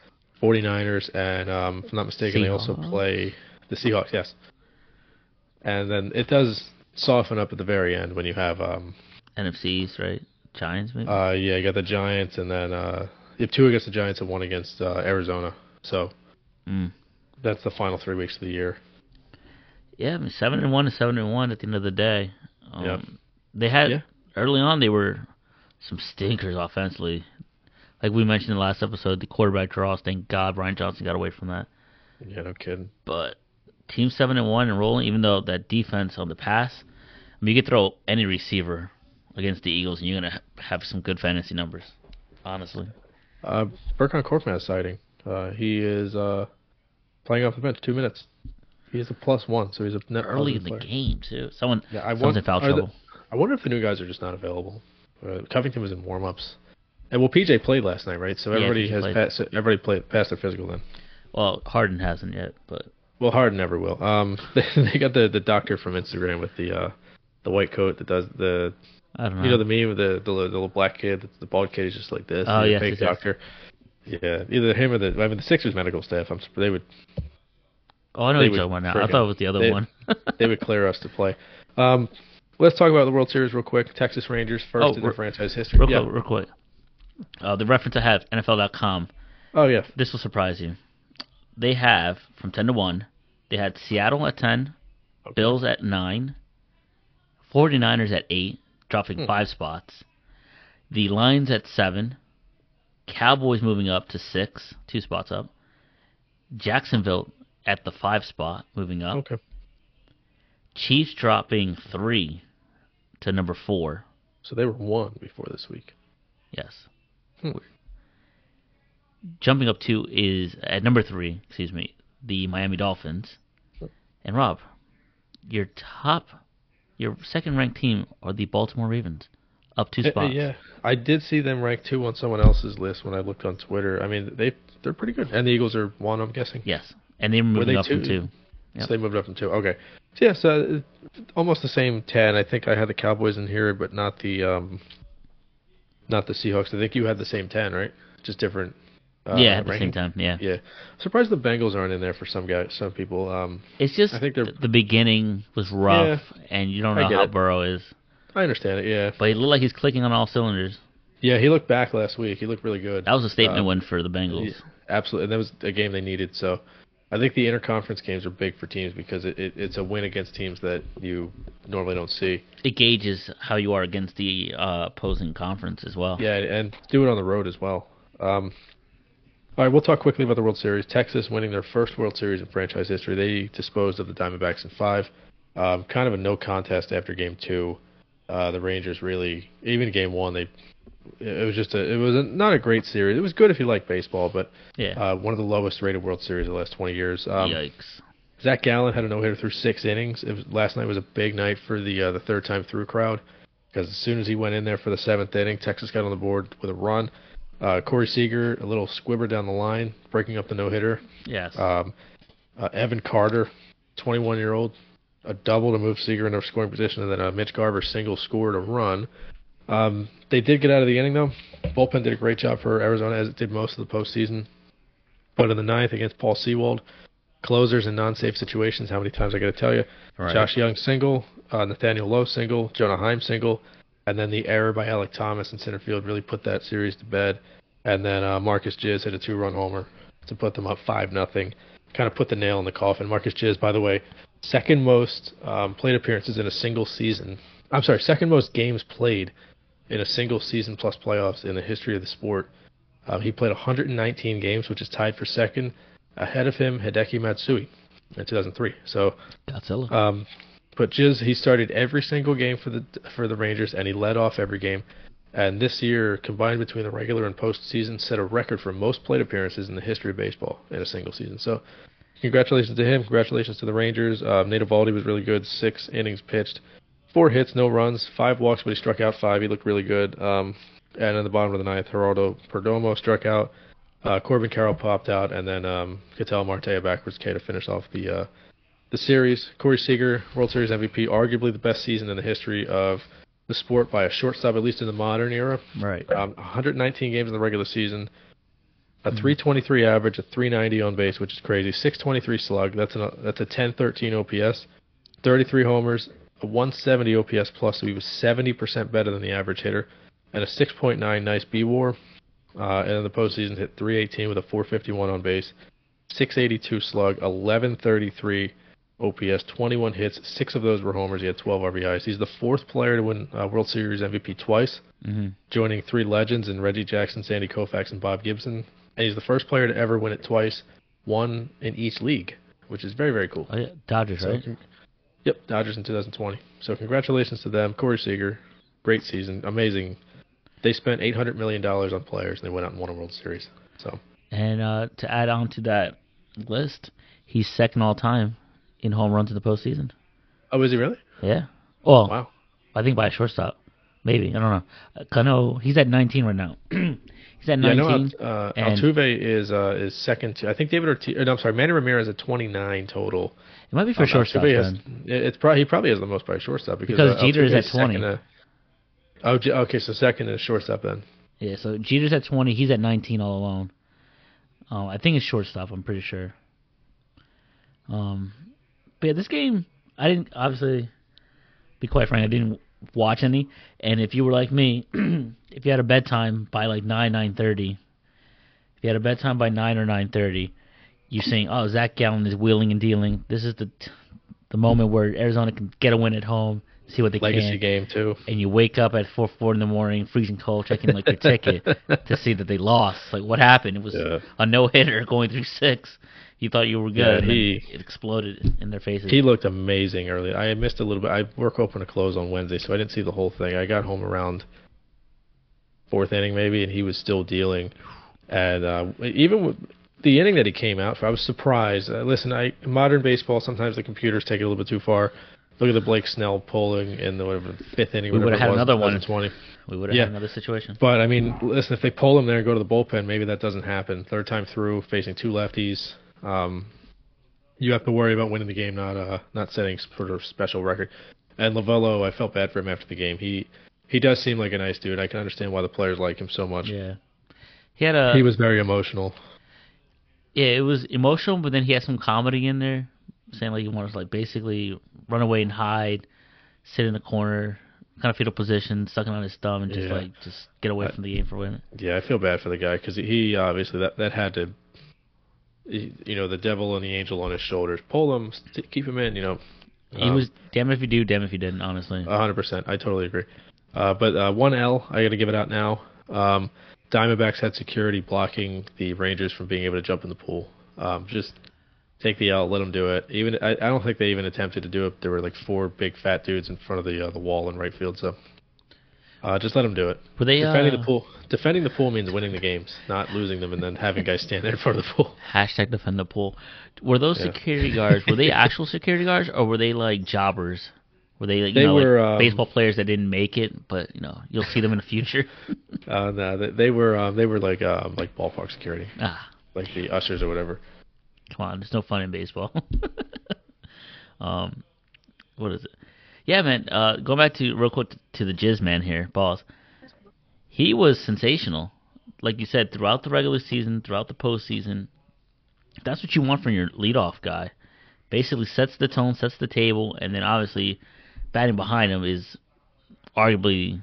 49ers, and um, if I'm not mistaken, they also Seahawks. play the Seahawks. Yes, and then it does soften up at the very end when you have um, NFCs, right? Giants, maybe. uh, yeah, you got the Giants, and then uh, you have two against the Giants and one against uh, Arizona. So mm. that's the final three weeks of the year. Yeah, I mean, seven and one is seven and one at the end of the day. Um, Yeah. They had Yeah. early on they were some stinkers offensively. Like we mentioned in the last episode, the quarterback draws. Thank God Brian Johnson got away from that. Yeah, no kidding. But team seven and one and rolling, even though that defense on the pass, I mean, you could throw any receiver against the Eagles and you're gonna ha- have some good fantasy numbers. Honestly, Uh, Burkhan Korkmaz sighting. Uh, he is uh, playing off the bench two minutes. He is a plus one, so he's a net early positive in the player. game too. Someone, Yeah, I someone's wonder, in foul are the- trouble. I wonder if the new guys are just not available. Uh, Covington was in warm ups, and well, PJ played last night, right? So Yeah, everybody PJ has played. passed. Everybody played passed their physical then. Well, Harden hasn't yet, but Well, Harden never will. Um, they, they got the, the doctor from Instagram with the uh, the white coat that does the I don't know. you know the meme of the the, little- the little black kid, the, the bald kid is just like this. Oh, the yes, fake yes, yes. doctor. Yeah, either him or the I mean the Sixers medical staff. I'm sur- they would oh, I know they you're would talking about now. I freaking- thought it was the other they- one. they would clear us to play. Um, let's talk about the World Series real quick. Texas Rangers first Oh, in re- their franchise history. Real yeah. quick, real quick. Uh, the reference I have, NFL.com. Oh yeah. This will surprise you. They have from ten to one. They had Seattle at ten, Okay. Bills at nine, 49ers at eight, dropping Hmm. five spots. The Lions at seven, Cowboys moving up to six, two spots up. Jacksonville at the five spot, moving up. Okay. Chiefs dropping three to number four. So they were one before this week. Yes. Hmm. Jumping up two is at number three, excuse me, the Miami Dolphins. Sure. And Rob, your top, your second ranked team are the Baltimore Ravens, up two Eh, eh, spots. Yeah, I did see them rank two on someone else's list when I looked on Twitter. I mean, they they're pretty good, and the Eagles are one. I'm guessing. Yes. And they moved they up from two? two. Yep. So they moved up from two. Okay. So yeah, so uh, almost the same ten. I think I had the Cowboys in here, but not the um, not the Seahawks. I think you had the same ten, right? Just different. Uh, yeah, at the ranking. same time. Yeah. Yeah. Surprised the Bengals aren't in there for some guys, some people. Um, It's just I think they're- th- the beginning was rough, and you don't I know get how it. Burrow is. I understand it. Yeah. But he looked like he's clicking on all cylinders. Yeah, he looked back last week. He looked really good. That was a statement Uh, win for the Bengals. Yeah, absolutely, and that was a game they needed. So, I think the interconference games are big for teams because it, it, it's a win against teams that you normally don't see. It gauges how you are against the uh, opposing conference as well. Yeah, and do it on the road as well. Um, all right, we'll talk quickly about the World Series. Texas winning their first World Series in franchise history. They disposed of the Diamondbacks in five. Um, kind of a no contest after Game Two. Uh, the Rangers really, even Game One, they it was just a it was a, not a great series. It was good if you like baseball, but Yeah. uh, one of the lowest rated World Series in the last 20 years. Um, Yikes. Zach Gallen had a no hitter through six innings. It was, last night was a big night for the uh, the third time through crowd because as soon as he went in there for the seventh inning, Texas got on the board with a run. Uh, Corey Seager, a little squibber down the line, breaking up the no hitter. Yes. Um, uh, Evan Carter, 21 year old, a double to move Seager into scoring position, and then uh, Mitch Garver single scored a run. Um, they did get out of the inning though. Bullpen did a great job for Arizona as it did most of the postseason. But in the ninth against Paul Sewald, closers in non-safe situations. How many times I got to tell you? right. Josh Young single, uh, Nathaniel Lowe single, Jonah Heim single, and then the error by Alec Thomas in center field really put that series to bed. And then uh, Marcus Jizz hit a two-run homer to put them up five nothing. Kind of put the nail in the coffin. Marcus Jizz, by the way, second most um, plate appearances in a single season. I'm sorry, second most games played in a single season plus playoffs in the history of the sport. Um, he played 119 games, which is tied for second. Ahead of him, Hideki Matsui in 2003. So Godzilla. um, but Jiz, he started every single game for the for the Rangers, and he led off every game. And this year, combined between the regular and postseason, set a record for most plate appearances in the history of baseball in a single season. So, congratulations to him. Congratulations to the Rangers. Um, Nate Eovaldi was really good. Six innings pitched, four hits, no runs, five walks, but he struck out five. He looked really good. Um, and in the bottom of the ninth, Geraldo Perdomo struck out. Uh, Corbin Carroll popped out, and then um, Cattell Marte a backwards K to finish off the uh, the series. Corey Seager, World Series MVP, arguably the best season in the history of the sport Uh, by a shortstop, at least in the modern era. right. Um, 119 games in the regular season. a 323 average, a 390 on base, which is crazy. 623 slug. That's an that's a 1013 OPS, 33 homers, a 170 OPS plus. So he was 70% better than the average hitter, and a 6.9 nice B WAR. Uh, and in the postseason, hit 318 with a 451 on base, 682 slug, 1133 OPS, 21 hits. Six of those were homers. He had 12 RBIs. He's the fourth player to win uh, World Series MVP twice hmm joining three legends in Reggie Jackson, Sandy Koufax, and Bob Gibson. And he's the first player to ever win it twice, one in each league, which is very, very cool. Oh, yeah. Dodgers, So, right? con- yep, Dodgers in 2020. So congratulations to them. Corey Seager, great season, amazing. They spent 800 million dollars on players, and they went out and won a World Series. So And uh, to add on to that list, he's second all time in home runs in the postseason. oh, is he really? Yeah. Well, Wow. I think by a shortstop, maybe. I don't know. Uh, Cano, he's at 19 right now. he's at Yeah, I 19. know Alt- uh, and- Altuve is uh, is second. To, I think David Ortiz. no, I'm sorry, Manny Ramirez at 29 total. it might be for Um, shortstop. Altuve has- then. it- it's probably he probably has the most by shortstop because, Because uh, Jeter is Altuve at 20. second to- oh, J- okay, so second is shortstop then. Yeah. So Jeter's at 20. He's at 19 all alone. Um, I think it's shortstop. I'm pretty sure. Um, but yeah, this game, I didn't obviously. Be quite frank, I didn't watch any. And if you were like me, if you had a bedtime by like nine, nine thirty, if you had a bedtime by nine or nine thirty, you're saying, "Oh, Zach Gallen is wheeling and dealing. This is the the moment where Arizona can get a win at home, see what they Legacy can." game too. and you wake up at four four in the morning, freezing cold, checking like your ticket to see that they lost. Like what happened? It was Yeah. a no hitter going through six. You thought you were good. Yeah, and then he- it exploded in their faces. He looked amazing early. I missed a little bit. I work open to close on Wednesday, so I didn't see the whole thing. I got home around fourth inning maybe, and he was still dealing. And uh, even with the inning that he came out for, I was surprised. Uh, listen, I in modern baseball sometimes the computers take it a little bit too far. Look at the Blake Snell pulling in the whatever, fifth inning. We would've whatever had it was, another one. 2020. we would have yeah. had another situation. But I mean, listen, if they pull him there and go to the bullpen, maybe that doesn't happen. Third time through, facing two lefties, um, you have to worry about winning the game, not uh, not setting sort of special record. And Lavello, I felt bad for him after the game. He he does seem like a nice dude. I can understand why the players like him so much. Yeah, he had a He was very emotional. yeah. It was emotional, but then he had some comedy in there, saying like he wanted to like basically run away and hide, sit in the corner, kind of fetal position, sucking on his thumb, and just Yeah. like just get away from the game for a minute. Yeah, I feel bad for the guy because he obviously that that had to, he- you know, the devil and the angel on his shoulders. Pull him, st- keep him in. You know, he Um, uh, was damn if you do, damn if you didn't. Honestly, A hundred percent. I totally agree. Uh, but uh, one L, I got to give it out now. Um, Diamondbacks had security blocking the Rangers from being able to jump in the pool. Um, just take the L, let them do it. Even I, I don't think they even attempted to do it. There were like four big fat dudes in front of the uh, the wall in right field, so uh, just let them do it. were they defending uh, the pool, defending the pool means winning the games, not losing them and then having guys stand there in front of the pool. Hashtag defend the pool. Were those Yeah. security guards? Were they actual security guards, or were they like jobbers? Were they like you They know were, like um, baseball players that didn't make it, but you know you'll see them in the future. Uh, no, they, they were um, they were like um, like ballpark security, ah, like the ushers or whatever. come on, there's no fun in baseball. um, what is it? Yeah, man. Uh, going back to real quick to the Jizz man here, balls. He was sensational, like you said, throughout the regular season, throughout the postseason. That's what you want from your leadoff guy. Basically, sets the tone, sets the table, and then obviously, batting behind him is arguably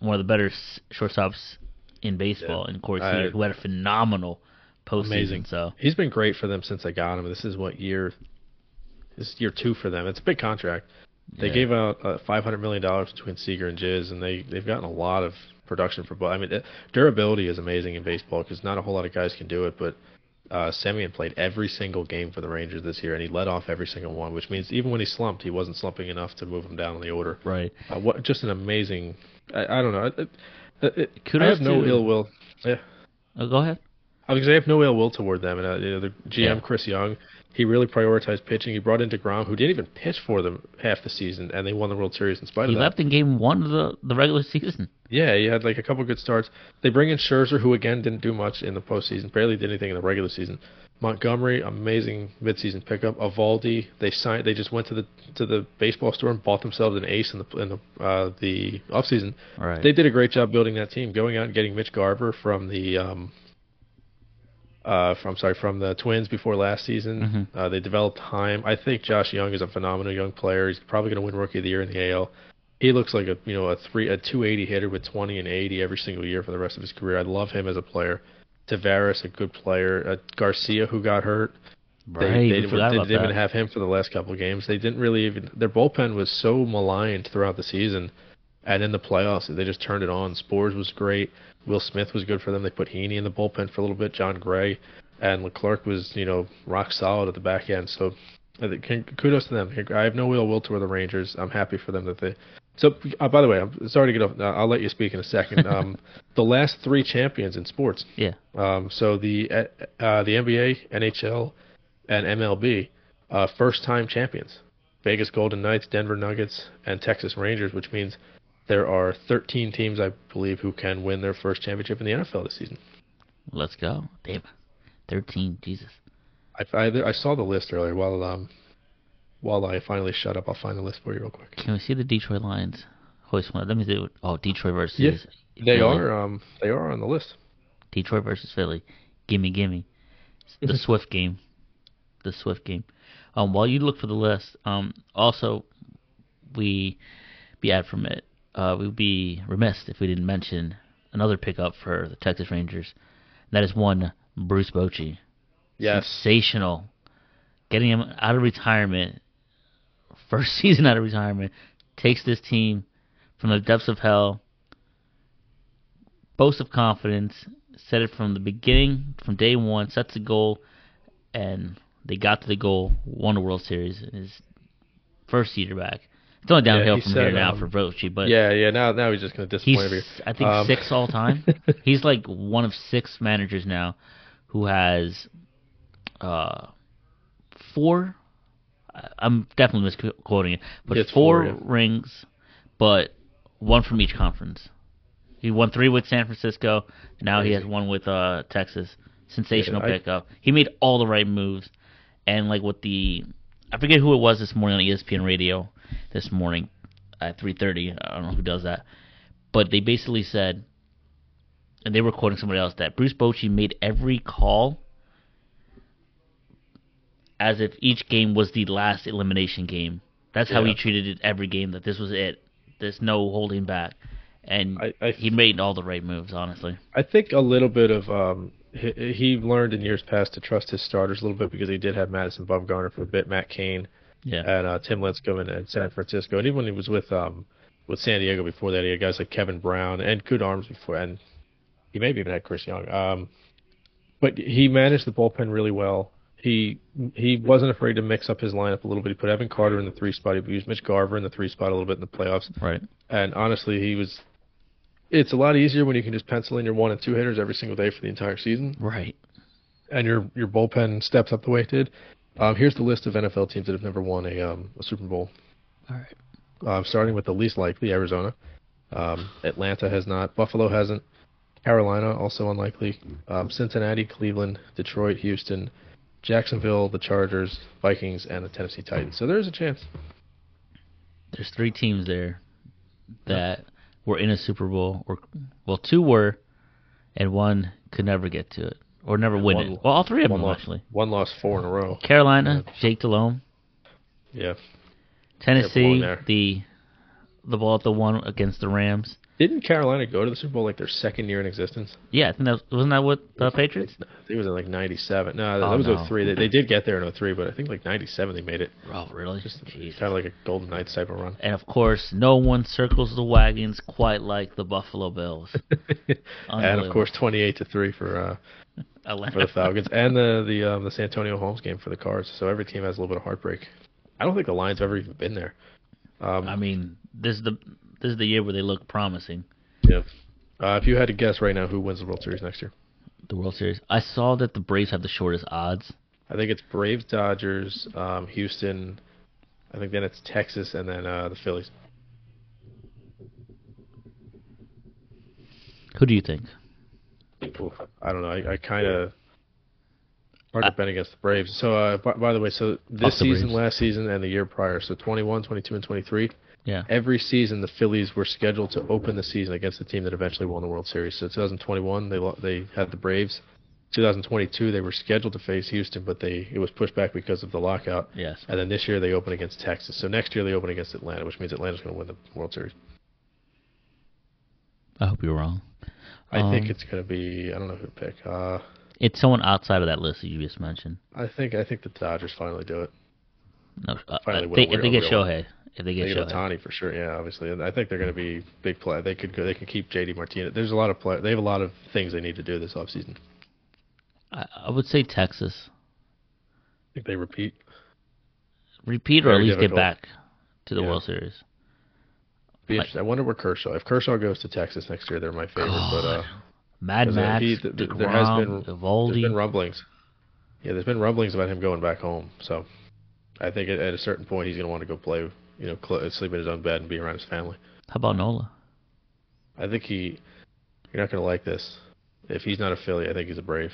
one of the better s- shortstops in baseball. And Corey I- Seager, who had a phenomenal postseason. Amazing. So He's been great for them since I got him. This is what year, this is year two for them. It's a big contract. They yeah. gave out uh, five hundred million dollars between Seager and Jizz, and they they've gotten a lot of production for. both. I mean, uh, durability is amazing in baseball because not a whole lot of guys can do it. But uh, Semyon played every single game for the Rangers this year, and he led off every single one, which means even when he slumped, he wasn't slumping enough to move him down in the order. right. Uh, what just an amazing. I, I don't know. It, it, it, I Kudos have no to- ill will. Yeah. Oh, go ahead. I was gonna say I have no ill will toward them, and uh, you know, the GM Yeah. Chris Young, he really prioritized pitching. He brought in Degrom, who didn't even pitch for them half the season, and they won the World Series in spite He of that. left in game one of the, the regular season. Yeah, he had like a couple good starts. They bring in Scherzer, who again didn't do much in the postseason, barely did anything in the regular season. Montgomery, amazing midseason pickup. Avaldi, they signed. They just went to the to the baseball store and bought themselves an ace in the in the uh, the offseason. All right. They did a great job building that team, going out and getting Mitch Garver from the um, uh, from sorry from the Twins before last season. Uh, they developed Heim. I think Josh Young is a phenomenal young player. He's probably going to win Rookie of the Year in the AL. He looks like a you know a three a 280 hitter with 20 and 80 every single year for the rest of his career. I love him as a player. Tavares, a good player. Uh, Garcia, who got hurt, Right. they, they, we didn't- forgot they about didn't even that. have him for the last couple of games. They didn't really even their bullpen was so maligned throughout the season, and in the playoffs they just turned it on. Spores was great. Will Smith was good for them. They put Heaney in the bullpen for a little bit. John Gray and Leclerc was you know rock solid at the back end. So I think- con- kudos to them. I have no ill will toward the Rangers. I'm happy for them that they. So uh, by the way, I'm sorry to get off. uh, I'll let you speak in a second. Um, the last three champions in sports. Yeah. Um, so the uh, the NBA, NHL, and MLB, uh, first time champions: Vegas Golden Knights, Denver Nuggets, and Texas Rangers. Which means there are 13 teams, I believe, who can win their first championship in the NFL this season. Let's go. Damn. 13. Jesus. I, I, I saw the list earlier. While um, while I finally shut up, I'll find the list for you real quick. Can we see the Detroit Lions? Hoist one. Let me do it. Oh, Detroit versus. Yeah, They Philly. are um, they are on the list. Detroit versus Philly. Gimme, gimme. The Swift game. The Swift game. Um, while you look for the list, um, also we be ad from it. Uh, we'd be remiss if we didn't mention another pickup for the Texas Rangers. That is one Bruce Bochy. sensational. Getting him out of retirement, first season out of retirement, takes this team from the depths of hell. Boast of confidence, set it from the beginning, from day one, sets the goal, and they got to the goal, won the World Series in his first year back. It's only downhill he from said, here now um, for Brochi, but Yeah, yeah. Now now he's just gonna disappoint He's, everybody. I think, Um, six all time. He's like one of six managers now who has uh, four. I- I'm definitely misquoting it, but It's four, four, yeah. rings, but one from each conference. He won three with San Francisco. and Now he has Crazy. one with uh, Texas. Sensational Yeah, I- pickup. He made all the right moves, and like with the, I forget who it was this morning on E ESPN radio, this morning at 3:30. I don't know who does that, but they basically said, and they were quoting somebody else that Bruce Bochy made every call as if each game was the last elimination game. That's how Yeah. he treated it every game. That this was it. There's no holding back, and I- I- he made all the right moves. Honestly, I think a little bit of um, he, he learned in years past to trust his starters a little bit because he did have Madison Bumgarner for a bit, Matt Cain, yeah, and uh, Tim Lincecum in, in San Francisco, and even when he was with um, with San Diego before that, he had guys like Kevin Brown and good arms before, and he maybe even had Chris Young. Um, but he managed the bullpen really well. He he wasn't afraid to mix up his lineup a little bit. He put Evan Carter in the three spot. He used Mitch Garver in the three spot a little bit in the playoffs right. and honestly, he was. It's a lot easier when you can just pencil in your one and two hitters every single day for the entire season, Right. and your your bullpen steps up the way it did. Um, here's the list of NFL teams that have never won a um, a Super Bowl. All right. Um, starting with the least likely, Arizona. Um, Atlanta has not. Buffalo hasn't. Carolina also unlikely. Um, Cincinnati, Cleveland, Detroit, Houston, Jacksonville, the Chargers, Vikings, and the Tennessee Titans. So there's a chance. There's three teams there that were in a Super Bowl, or well, two were, and one could never get to it or never win one it. lo- Well, all three of One them loss, actually. one loss, four in a row. Carolina, Jake Delhomme, Yeah. Tennessee, there. the the ball at the one against the Rams. Didn't Carolina go to the Super Bowl like their second year in existence? Yeah, I think that was, wasn't that what the Patriots? I think it was in like 97. No, that, Oh, that was no. 03. They, they did get there in 03, but I think like 97 they made it. Oh, really? Just kind Jeez. of like a Golden Knights type of run. And of course, no one circles the wagons quite like the Buffalo Bills. and of course, 28 to 3 for I uh, laugh. for the Falcons and the the um, the San Antonio Holmes game for the Cards. So every team has a little bit of heartbreak. I don't think the Lions have ever even been there. Um, I mean, this is the this is the year where they look promising. yeah. Uh, if you had to guess right now who wins the World Series next year, The World Series. I saw that the Braves have the shortest odds. I think it's Braves, Dodgers, um, Houston. I think then it's Texas and then uh, the Phillies. Who do you think? Oof, I don't know. I, I kind of hard to bet against the Braves. So, uh, by, by the way, so Fuck this the season, Braves. last season, and the year prior, so 21, 22, and 23, Yeah. every season the Phillies were scheduled to open the season against the team that eventually won the World Series. So, 2021, they lo- they had the Braves. 2022 they were scheduled to face Houston, but they it was pushed back because of the lockout. Yes. And then this year they open against Texas. So next year they open against Atlanta, which means Atlanta's going to win the World Series. I hope you're wrong. I think Um, it's going to be I don't know who to pick. Uh, It's someone outside of that list that you just mentioned. I think I think the Dodgers finally do it. No, uh, Finally, if we're- they, we're if they a get real- Shohei, if they They get get Shohei, Otani for sure. Yeah, obviously. And I think they're going to be big play. They could go. They could keep JD Martinez. There's a lot of play. They have a lot of things they need to do this offseason. I, I would say Texas I think they repeat. repeat or at Very least difficult. get back to the Yeah. World Series. Be interesting. I wonder where Kershaw. If Kershaw goes to Texas next year, they're my favorite. But uh, Mad Is it- Max, he- th- th- DeGrom, there has been- there's Evaldi. been rumblings. Yeah, there's been rumblings about him going back home. So I think at, at a certain point he's going to want to go play. You know, cl- sleep in his own bed and be around his family. How about Nola? I think he. You're not going to like this. If he's not a Philly, I think he's a Brave.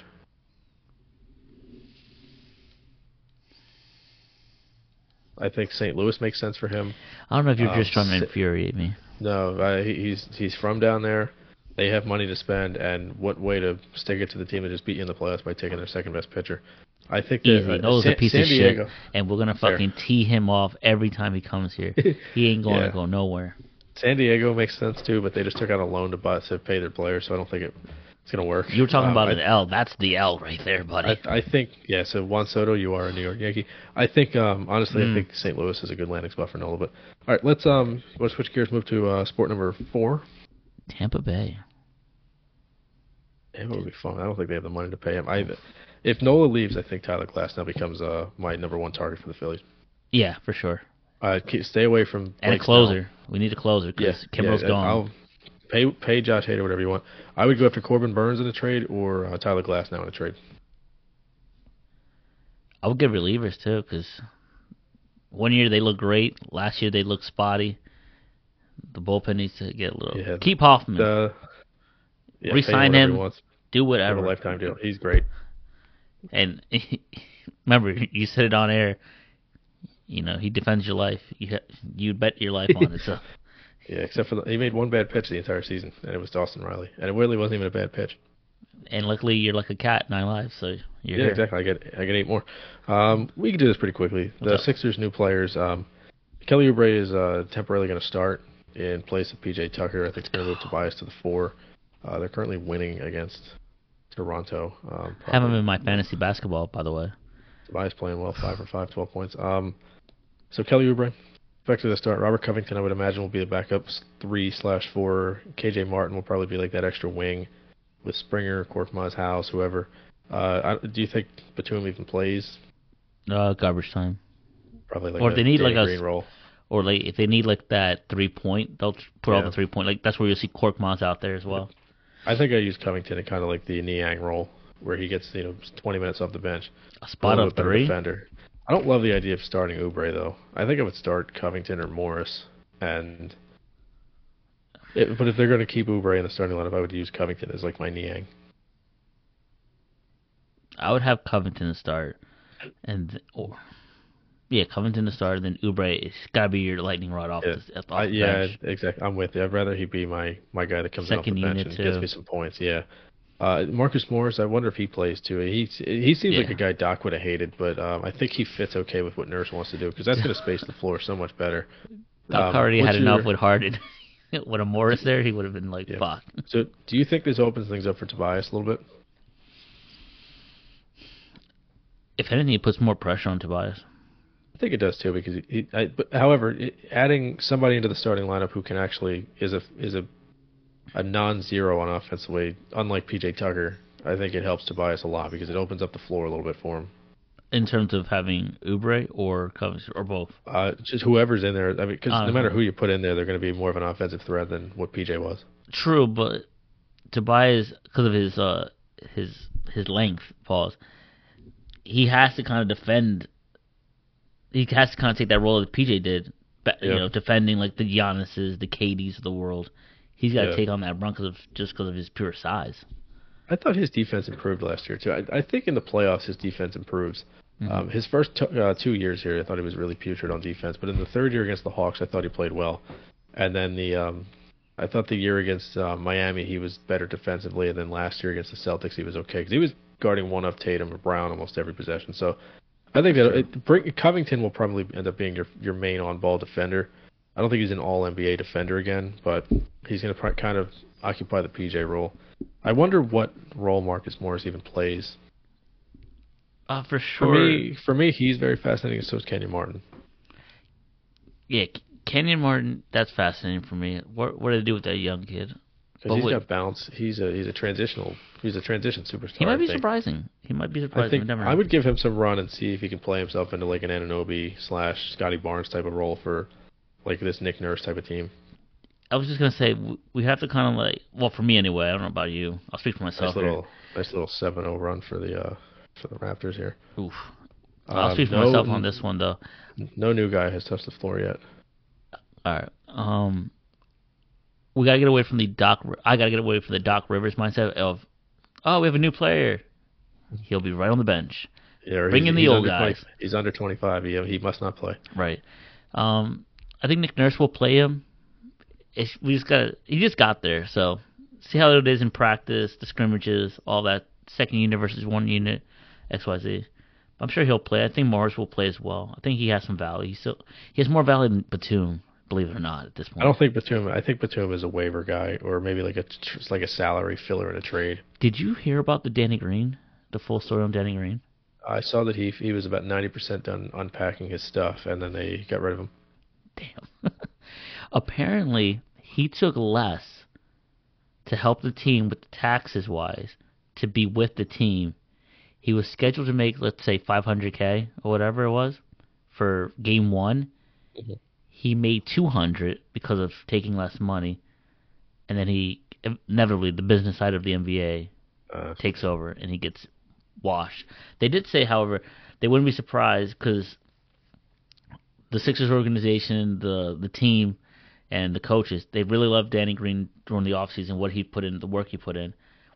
I think St. Louis makes sense for him. I don't know if you're Um, just trying to si- infuriate me. No, uh, he- he's he's from down there. They have money to spend, and what way to stick it to the team that just beat you in the playoffs by taking their second best pitcher? I think that, Easy. uh, Nola's a San- piece San of Diego, shit, and we're gonna Fair. fucking tee him off every time he comes here. He ain't gonna Yeah. go nowhere. San Diego makes sense too, but they just took out a loan to buy to pay their players, so I don't think it, it's gonna work. You were talking Um, about I- an L. That's the L right there, buddy. I, I think yeah. So Juan Soto, you are a New York Yankee. I think um, honestly, Mm. I think St. Louis is a good landing spot for Nola. But all right, let's um, let's switch gears, move to uh, sport number four. Tampa Bay. It would be fun. I don't think they have the money to pay him. I, if Nola leaves, I think Tyler Glass now becomes uh, my number one target for the Phillies. Yeah, for sure. Uh, ke- stay away from And Blake a closer. We need a closer Snell. Yeah, because Kimbrel's yeah, gone. I'll pay pay Josh Hader whatever you want. I would go after Corbin Burns in a trade or uh, Tyler Glass now in a trade. I would get relievers too, because one year they look great, last year they look spotty. The bullpen needs to get a little. Yeah. Keep Hoffman. Uh, yeah, pay Hmm. Resign whatever him. He wants. do Have a whatever. lifetime deal. He's great. And remember, you said it on air. You know, he defends your life. You ha- you bet your life on it. So Yeah, except for the, he made one bad pitch the entire season, and it was to Austin Riley, and it really wasn't even a bad pitch. and luckily you're like a cat, nine lives. So you're Yeah, here. exactly. I get I get eight more. Um, we can do this pretty quickly. The What's up? Sixers' new players. Um, Kelly Oubre is uh, temporarily going to start in place of PJ Tucker. I think they're going to move Tobias to the four. Uh, they're currently winning against Toronto. Um, have him in my fantasy basketball, by the way. Tobias playing well, five for five, 12 points. Um, so Kelly Oubre expected to start. Robert Covington, I would imagine, will be the backup s- three slash four. KJ Martin will probably be like that extra wing with Springer, Korkmaz, House, whoever. Uh, I, do you think Batum even plays? Uh, garbage time. Probably like Or a they need, Danny like, a green roll. Or like if they need like that three point, they'll tr- put all Yeah. the three point. Like that's where you'll see Korkmaz out there as well. I think I use Covington in kind of like the Niang role, where he gets you know 20 minutes off the bench. A spot A up little bit better three. defender. I don't love the idea of starting Oubre though. I think I would start Covington or Morris, and it, but if they're going to keep Oubre in the starting lineup, I would use Covington as like my Niang. I would have Covington to start, and th- or yeah, Covington to start, and then Ubre. It's gotta be your lightning rod off Yeah. the, off the I, yeah, um, bench. exactly. I'm with you. I'd rather he be my my guy that comes in off the Second bench unit, and gets too. me some points. Yeah. Uh, Marcus Morris, I wonder if he plays too. He he seems like Yeah. a guy Doc would have hated, but um, I think he fits okay with what Nurse wants to do because that's going to space the floor so much better. Doc Um, already had what's enough your- with Harden. with a Morris there, he would have been like, Yeah. "Fuck." So, do you think this opens things up for Tobias a little bit? If anything, it puts more pressure on Tobias. I think it does too, because he. he I, but however, it, adding somebody into the starting lineup who can actually is a is a a non-zero on offensively, unlike PJ Tucker, I think it helps Tobias a lot because it opens up the floor a little bit for him. In terms of having Ubre or Covington or both, Uh, just whoever's in there, I mean, because Uh, no matter who you put in there, they're going to be more of an offensive threat than what PJ was. true, but Tobias, because of his uh his his length, pause. He has to kind of defend. He has to kind of take that role that PJ did, but, you Yeah. know, defending like the Giannis's, the KDs of the world. He's got to Yeah. take on that brunt 'cause of just because of his pure size. I thought his defense improved last year too. I, I think in the playoffs his defense improves. Mm-hmm. Um, his first t- uh, two years here, I thought he was really putrid on defense, but in the third year against the Hawks, I thought he played well. And then the, um, I thought the year against uh, Miami he was better defensively, and then last year against the Celtics he was okay because he was guarding one of Tatum or Brown almost every possession. So I think that it, bring, Covington will probably end up being your your main on ball defender. I don't think he's an All NBA defender again, but he's going to pr- kind of occupy the PJ role. I wonder what role Marcus Morris even plays. Uh, for sure. For me, for me, he's very fascinating. and So is Kenyon Martin. yeah, Kenyon Martin. That's fascinating for me. What what do they do with that young kid? But Because he's wait. got bounce. He's a he's a transitional. He's a transition superstar. He might be I think. surprising. He might be surprising. I think I've never I would give him some run and see if he can play himself into like an Ananobi slash Scotty Barnes type of role for like this Nick Nurse type of team. I was just gonna say w- we have to kind of like. Well, for me anyway. I don't know about you. I'll speak for myself. Nice here. little nice little 7-0 run for the uh, for the Raptors here. Oof. I'll Um, speak for no- myself on this one though. No new guy has touched the floor yet. All right. Um, we gotta get away from the Doc. I gotta get away from the Doc Rivers mindset of, oh, we have a new player. He'll be right on the bench. Yeah, or Bring he's- in the he's old under guys. 20 he's under 25. He, he must not play. Right. Um, I think Nick Nurse will play him. It's, we just got. He just got there, so see how it is in practice, the scrimmages, all that. Second unit versus one unit, X Y Z. I'm sure he'll play. I think Morris will play as well. I think he has some value. He still he has more value than Batum, believe it or not, at this point. I don't think Batum. I think Batum is a waiver guy or maybe like a tr- like a salary filler in a trade. Did you hear about the Danny Green? The full story on Danny Green? I saw that he he was about 90% done unpacking his stuff and then they got rid of him. Damn. Apparently, he took less to help the team with the taxes wise to be with the team. He was scheduled to make, let's say, 500K or whatever it was for game one. Mhm. He made 200 because of taking less money. And then he, inevitably, the business side of the NBA Uh, takes over and he gets washed. They did say, however, they wouldn't be surprised because the Sixers organization, the the team, and the coaches they really love Danny Green during the offseason, what he put in, the work he put in.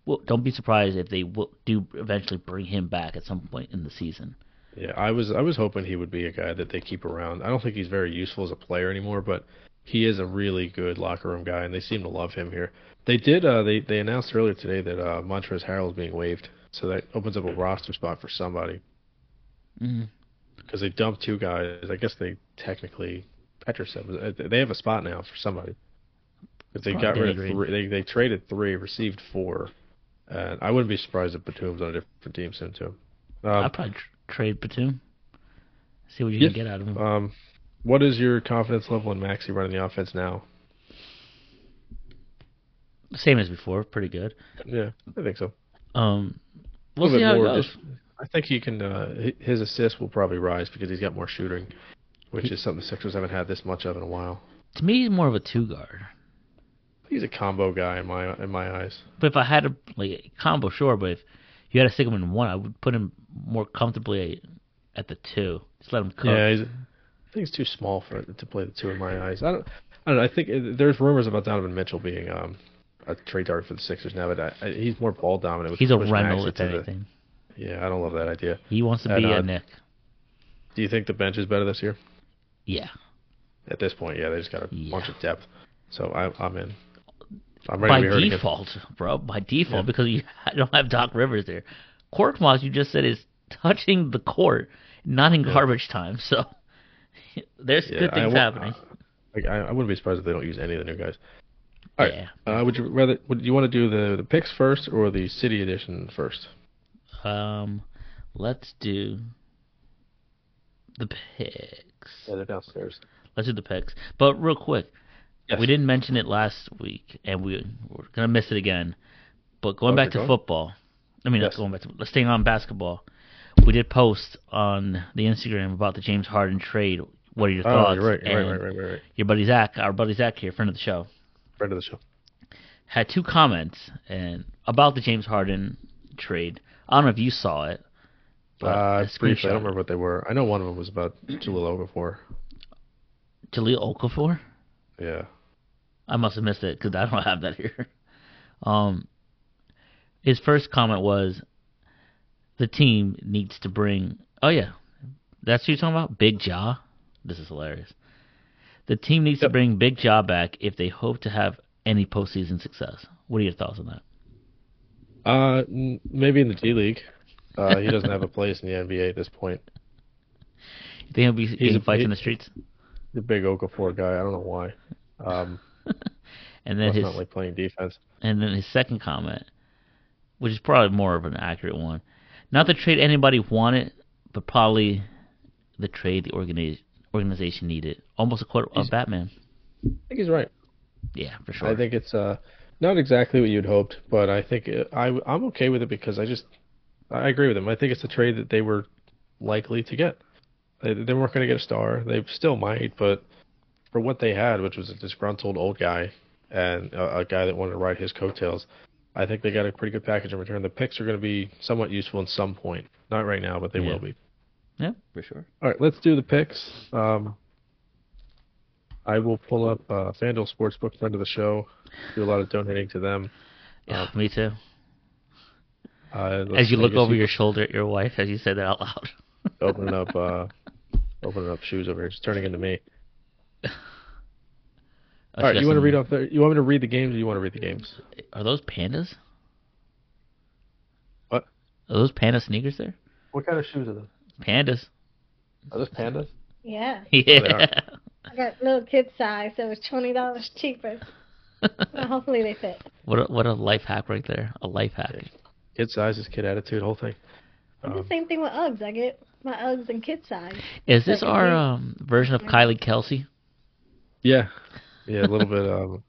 Well, don't be surprised if they will do eventually bring him back at some point in the season. Yeah, I was I was hoping he would be a guy that they keep around. I don't think he's very useful as a player anymore, but he is a really good locker room guy, and they seem to love him here. They did. Uh, they they announced earlier today that uh, Montrezl Harrell is being waived, so that opens up a roster spot for somebody Mm. because they dumped two guys. I guess they technically Petrosev. was- uh, They have a spot now for somebody. 'Cause they Probably got rid Danny of Green. three. They they traded three, received four, and I wouldn't be surprised if Batum's on a different team soon too. I'd Um, probably tr- trade Batum, see what you Yeah. can get out of him. Um, what is your confidence level in Maxi running the offense now? Same as before, pretty good. Yeah, I think so. Um, we'll see how it goes. I think he can. Uh, hi- his assists will probably rise because he's got more shooting, which is something the Sixers haven't had this much of in a while. To me, he's more of a two guard. He's a combo guy in my in my eyes. But if I had a like combo, sure. But if you had to stick him in one, I would put him more comfortably at the two. Just let him cook. Yeah, he's, I think he's too small for to play the two in my eyes. I don't. I don't. know, I think uh, there's rumors about Donovan Mitchell being um a trade target for the Sixers now, but I, I, he's more ball dominant. which He's a puts rental, Maxey if to the- anything. yeah, I don't love that idea. He wants to And, be uh, a Nick. Do you think the bench is better this year? Yeah. at this point, yeah, they just got a Yeah. bunch of depth. So I, I'm in. I'm By ready to be heard again. default, bro. By default, Yeah. because you don't have Doc Rivers there. Korkmaz, you just said, is touching the court, not in garbage time. So there's Yeah, good I things wa- happening. Like I, I wouldn't be surprised if they don't use any of the new guys. All right. Yeah. Uh, would you rather? Would you want to do the, the picks first or the city edition first? Um, let's do the picks. Yeah, they're downstairs. Let's do the picks. But real quick, Yes. we didn't mention it last week, and we, we're gonna miss it again. But going Oh, back good to going. football, I mean, Yes. not going back to let's stay on basketball. We did post on the Instagram about the James Harden trade. What are your Oh, thoughts? you're right, you're and right, right, right, right, right. Your buddy Zach, our buddy Zach here, friend of the show, Friend of the show. had two comments and about the James Harden trade. I don't know if you saw it. but I Uh, briefly, I screenshot don't remember what they were. I know one of them was about Jalil before. Jahlil Okafor. Yeah. I must have missed it because I don't have that here. Um, his first comment was, "The team needs to bring." Oh yeah, that's who you're talking about, Big Jaw. This is hilarious. The team needs to Yep. bring Big Jaw back if they hope to have any postseason success. What are your thoughts on that? Uh, n- maybe in the D League. Uh, he doesn't have a place in the NBA at this point. You think he'll be getting a- fights he- in the streets? The big Okafor guy. I don't know why. Um, And then that's his not like playing defense. and then his second comment, which is probably more of an accurate one. Not the trade anybody wanted, but probably the trade the organi- organization needed. Almost a quote of He's- Batman. I think he's right. Yeah, for sure. I think it's uh not exactly what you'd hoped, but I think it, I I'm okay with it because I just I agree with him. I think it's a trade that they were likely to get. They they weren't going to get a star. They still might, but for what they had, which was a disgruntled old guy and a, a guy that wanted to ride his coattails, I think they got a pretty good package in return. The picks are going to be somewhat useful in some point. Not right now, but they Yeah. will be. yeah, for sure. All right, let's do the picks. Um, I will pull up uh, FanDuel Sportsbook, friend of the show. Do a lot of donating to them. Yeah, me too. Uh, let's- As you I look guess over you your shoulder at your wife as you said that out loud. can open up, uh, opening up shoes over here. It's turning into me. All right, you want to read off? The, you want me to read the games? Or you want to read the games? Are those pandas? What? Are those panda sneakers there? What kind of shoes are those? Pandas. Are those pandas? Yeah, Oh, Yeah. I got little kid size, so it was twenty dollars cheaper. Well, hopefully they fit. what a, what a life hack right there. A life hack. Kid sizes, kid attitude, whole thing. It's Um, the same thing with Uggs. I get my Uggs in kid size. Is this our um, version of Kylie Kelsey? yeah, yeah, a little bit. Um,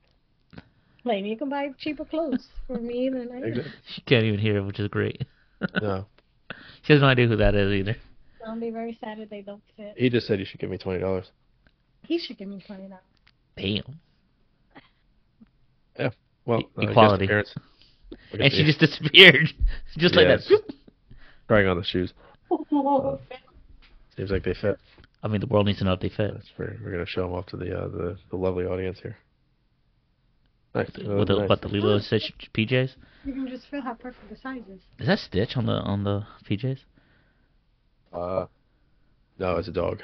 Lane, you can buy cheaper clothes for me than I do. exa- She can't even hear, which is great. no, She has no idea who that is either. I'll be very sad if they don't fit. he just said you should give me twenty dollars. He should give me twenty dollars. Damn. Well, E- I guess the equality. parents- I guess And she the- just disappeared. just like Yes. that. trying on the shoes. Seems like they fit. I mean, the world needs to know if they fit. That's fair. We're gonna show them off to the uh, the, the lovely audience here. Nice. That was With the, Oh, nice. what, the Lilo and Stitch PJs? You can just feel how perfect the size is. Is that Stitch on the on the PJs? Uh, no, it's a dog.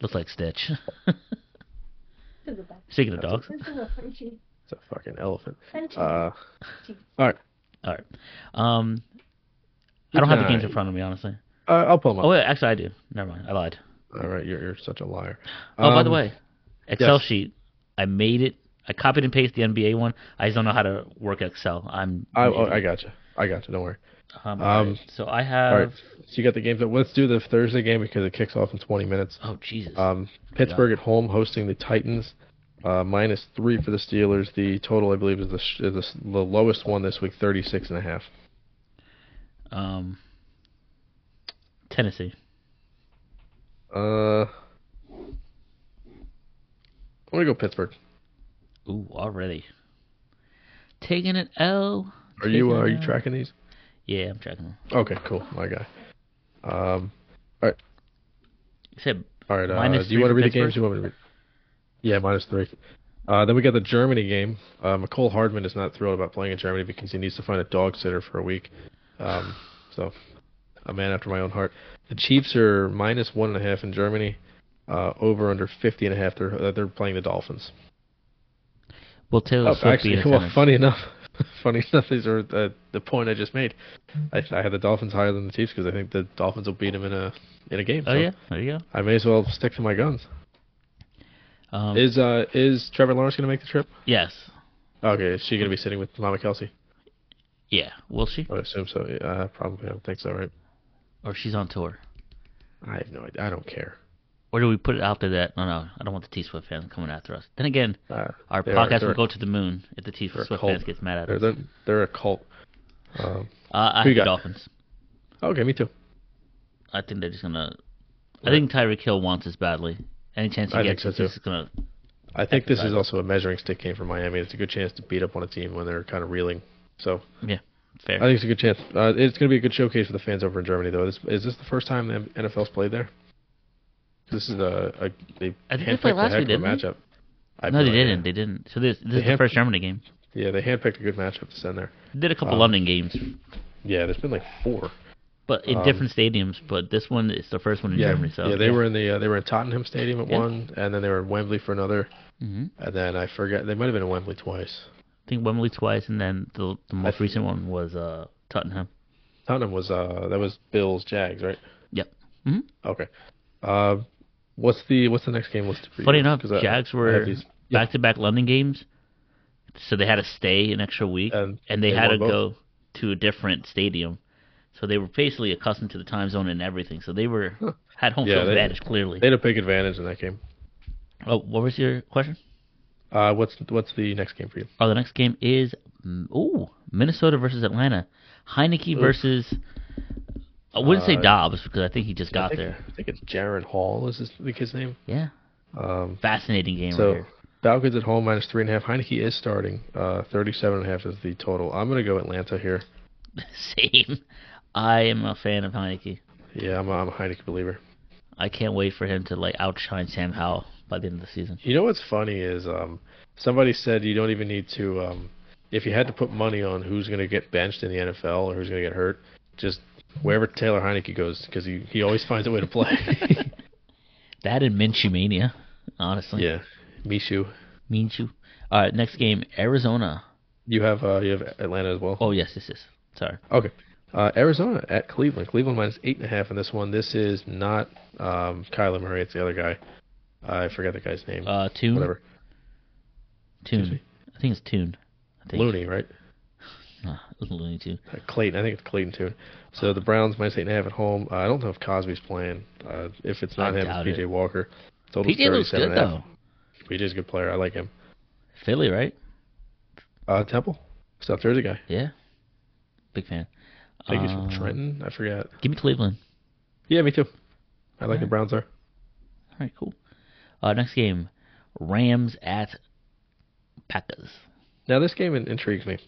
Looks like Stitch. This is a best. Speaking of dogs. This is a Frenchie. It's a fucking elephant. Frenchie. Uh, All right. Um, I don't have the Alright. games in front of me, honestly. uh, I'll pull them up. Oh, wait, actually, I do. Never mind. I lied. All right, you're you're such a liar. Oh, by the Um, way, Excel yes. sheet. I made it. I copied and pasted the NBA one. I just don't know how to work Excel. I'm. I an oh, I idiot. got you. I got you. Don't worry. Um, um, alright, so I have. All right, so you got the games. Up. Let's do the Thursday game because it kicks off in 20 minutes. Oh Jesus. Um, Pittsburgh at home hosting the Titans. Uh, minus three for the Steelers. The total, I believe, is the, sh- is the, s- the lowest one this week, 36 and a half. um, Tennessee. Uh, I'm gonna go Pittsburgh. Ooh, already. Taking an L. Are you Taking uh, are you an L. tracking these? Yeah, I'm tracking them. Okay, cool, my guy. Um, Except all right. Uh, Minus do you three want to for read the Pittsburgh? games? Do you want me to read? Yeah, minus three. Uh, then we got the Germany game. Uh, McCole Hardman is not thrilled about playing in Germany because he needs to find a dog sitter for a week. Um, so, a man after my own heart. The Chiefs are minus one and a half in Germany. Uh, over under 50 and a half. They're uh, they're playing the Dolphins. will Taylor Oh, Swift be actually, in well, attendance? funny enough, funny enough, these are the, the point I just made. I, I had the Dolphins higher than the Chiefs because I think the Dolphins will beat them in a in a game. Oh so yeah, there you I may as well stick to my guns. go. Um, Is uh is Trevor Lawrence gonna make the trip? yes. Okay, is she gonna be sitting with Mama Kelsey? Yeah. Will she? I would assume so. Uh, probably. I don't think so, right? Or she's on tour? I have no idea. I don't care. Or do we put it out there that no, no, I don't want the T Swift fans coming after us. Then again, Uh, Our They are- podcast they're- will go to the moon if the T they're a Swift cult. fans gets mad at they're, us. they're they're a cult. Um, Uh, I Who have you the got? Dolphins. okay, me too. I think they're just gonna. I think Tyreek Hill wants us badly. Any chance he I think gets, so, he's too. just gonna. I think this is Exercise. also a measuring stick game for Miami. It's a good chance to beat up on a team when they're kind of reeling. So Fair. I think it's a good chance. Uh, it's going to be a good showcase for the fans over in Germany, though. This, is this the first time the NFL's played there? This is a, a they I think they handpicked played a last heck week, of a didn't they? matchup. I no, they have no idea. didn't. They didn't. So this this is the have- first Germany game. Yeah, they handpicked a good matchup to send there. They did a couple Um, London games, Yeah, there's been like four. but in um, different stadiums. But this one is the first one in yeah, Germany. So yeah, they were in the uh, they were in Tottenham Stadium at Yeah. one, and then they were in Wembley for another, hmm and then I forget they might have been in Wembley twice. I think Wembley twice, and then the, the most think- recent one was uh, Tottenham. Tottenham was uh that was Bills Jags, right? Yep. Mhm. Okay. Uh, what's the what's the next game listed for you? Funny enough, 'Cause I- Jags I have were these- yeah. back to back London games, so they had to stay an extra week, And and, they, they had to won both. go to a different stadium. So they were basically accustomed to the time zone and everything. So they were had home Yeah, field they- advantage clearly. They had a big advantage in that game. oh, what was your question? Uh, what's what's the next game for you? Oh, the next game is mm, ooh Minnesota versus Atlanta. Heineke versus I wouldn't say Uh, Dobbs because I think he just I got think, there. I think it's Jaron Hall is his, the kid's name. Yeah, Um, fascinating game right so here. Falcons at home minus three and a half. Heineke is starting. Uh, thirty-seven and a half is the total. I'm gonna go Atlanta here. Same. I am a fan of Heineke. Yeah, I'm a, I'm a Heineke believer. I can't wait for him to like outshine Sam Howell by the end of the season. You know what's funny is um, somebody said you don't even need to um, if you had to put money on who's going to get benched in the NFL or who's going to get hurt, just wherever Taylor Heineke goes because he he always finds a way to play. That and Minshew mania, honestly. yeah, Mishu, Minshew. All right, next game Arizona. you have uh, you have Atlanta as well. Oh yes, this is. Sorry. Okay. Uh, Arizona at Cleveland. Cleveland minus eight and a half in this one. This is not um, Kyler Murray. It's the other guy. I forget the guy's name. Uh, Tune. Whatever. excuse Tune. me. I think it's Tune. I think. Looney, right? Ah, Looney Tune. Uh, Clayton. I think it's Clayton too. So the Browns minus eight and a half at home. Uh, I don't know if Cosby's playing. Uh, if it's not I him, doubt it's PJ it. Walker. Total's PJ looks 37 good and a though. half. PJ's a good player. I like him. Philly, right? Uh, Temple. South Jersey guy. Yeah. Big fan. I think he's from Uh, Trenton. I forget. Give me Cleveland. Yeah, me too. I like the Alright. Browns there. All right, cool. Uh, next game, Rams at Packers. Now this game in- intrigues me.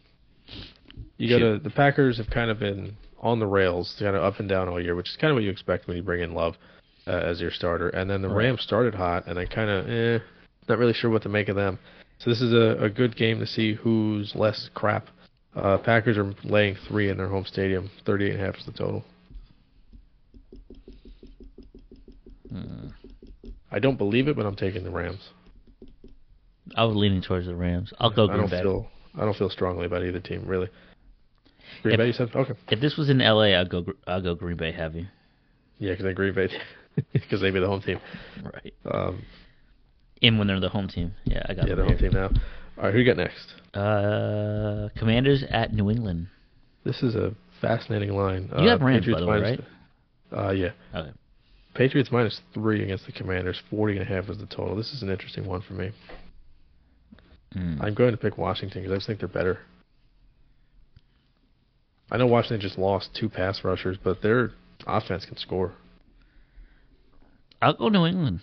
You go to Shoot. the Packers have kind of been on the rails, kind of up and down all year, which is kind of what you expect when you bring in Love uh, as your starter. And then the Right. Rams started hot, and I kind of eh, not really sure what to make of them. So this is a, a good game to see who's less crap. Uh, Packers are laying three in their home stadium. Thirty-eight and a half is the total. Mm, I don't believe it, but I'm taking the Rams. I was leaning towards the Rams. I'll go I don't Green Bay. feel I don't feel strongly about either team really. Green If- Bay, you said okay. If this was in LA, I'd go. gr- I'd go Green Bay heavy. Yeah, because Green Bay, because they'd be the home team. Right. Um, And when they're the home team, yeah, I got Yeah, them the home here. team now. All right, who you got next? Uh, Commanders at New England. This is a fascinating line. You uh, have Rams, by Patriots the way, minus- Uh, yeah. Okay. Patriots minus three against the Commanders. Forty and a half is the total. This is an interesting one for me. Mm. I'm going to pick Washington because I just think they're better. I know Washington just lost two pass rushers, but their offense can score. I'll go New England.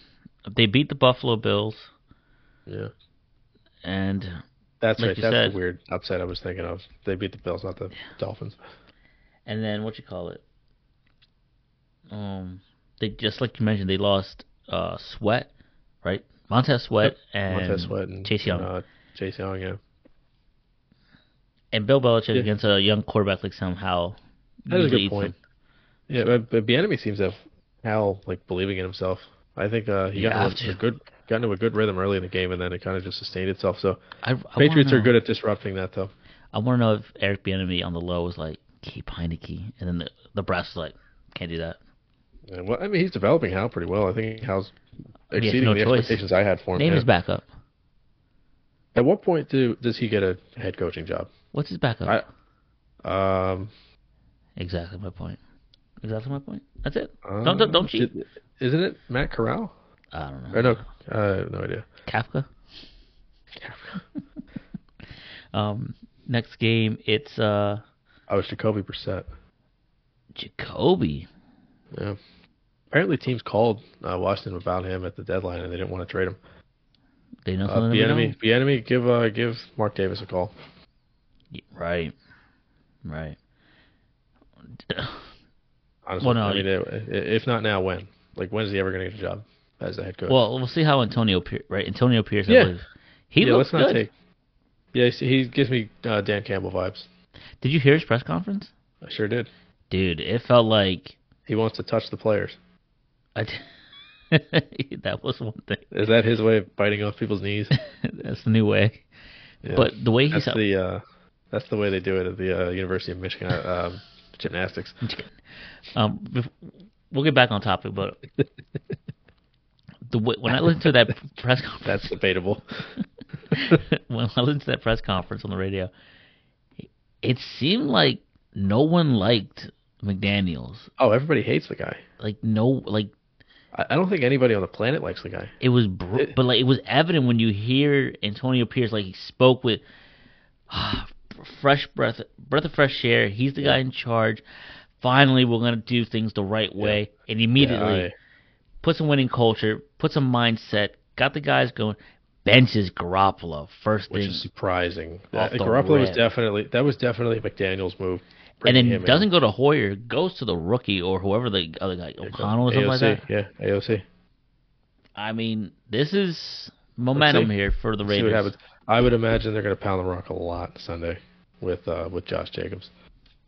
They beat the Buffalo Bills, Yeah. and That's Like right. you That's said. the weird upset I was thinking of. They beat the Bills, not the Dolphins. and then what you call it? Um, they just like you mentioned, they lost uh Sweat, right? Montez Sweat and Montez Sweat and Chase Young, and, uh, Chase Young, yeah. and Bill Belichick Yeah. against a young quarterback like Sam Howell. That is a usually good eats point. them. Yeah, but, but Bienemy seems to have Hal like believing in himself. I think uh, he You got have into a, a to. good got into a good rhythm early in the game, and then it kind of just sustained itself. So I, I Patriots wanna are know- good at disrupting that, though. I want to know if Eric Bieniemy on the low was like keep Heineke, and then the the brass was like can't do that. And, well, I mean, he's developing Hal pretty well. I think Hal's mean, he has exceeding no the choice. expectations I had for him. Name yeah. his backup. At what point do does he get a head coaching job? What's his backup? I- Um, Exactly my point. Exactly my point. That's it. uh, don't don't, don't cheat. did- isn't it Matt Corral? I don't know. Or no, uh, no idea. Kafka. Um, next game it's uh I was Oh, Jacoby Brissett. Jacoby. Yeah. Apparently, teams called uh, Washington about him at the deadline, and they didn't want to trade him. They know Uh, something the we enemy, don't? the enemy. Give uh, give Mark Davis a call. Yeah, Right. Right. Honestly, Well, no, I mean, i- i- if not now, when? Like, when is he ever going to get a job as a head coach? Well, we'll see how Antonio Pier- right Antonio Pierce. Yeah. I believe. He yeah, looks let's good. not take. Yeah, see, he gives me uh, Dan Campbell vibes. Did you hear his press conference? I sure did. Dude, it felt like He wants to touch the players. I d that was one thing. Is that his way of biting off people's knees? That's the new way. Yeah. But the way that's he's the uh, that's the way they do it at the uh, University of Michigan uh, um, gymnastics. um, bef- we'll get back on topic, but the way, when I listened to that press conference, That's debatable. when I listened to that press conference on the radio, it seemed like no one liked McDaniel's. Oh, everybody hates the guy. Like no, like I, I don't think anybody on the planet likes the guy. it was, br- Uh, but like it was evident when you hear Antonio Pierce, like he spoke with ah, fresh breath, breath of fresh air. He's the guy in charge. Finally, we're gonna do things the right way, and immediately. Yeah, I- put some winning culture, put some mindset, got the guys going. Benches Garoppolo first which thing, is surprising. Off That, the Garoppolo was rip. definitely that was definitely McDaniel's move. and bringing then him doesn't go to Hoyer, goes to the rookie or whoever the other guy, in. O'Connell or something like AOC, that. Yeah, AOC. I mean, this is momentum see. here for the See Ravens. what happens. I would imagine they're going to pound the rock a lot Sunday with uh, with Josh Jacobs.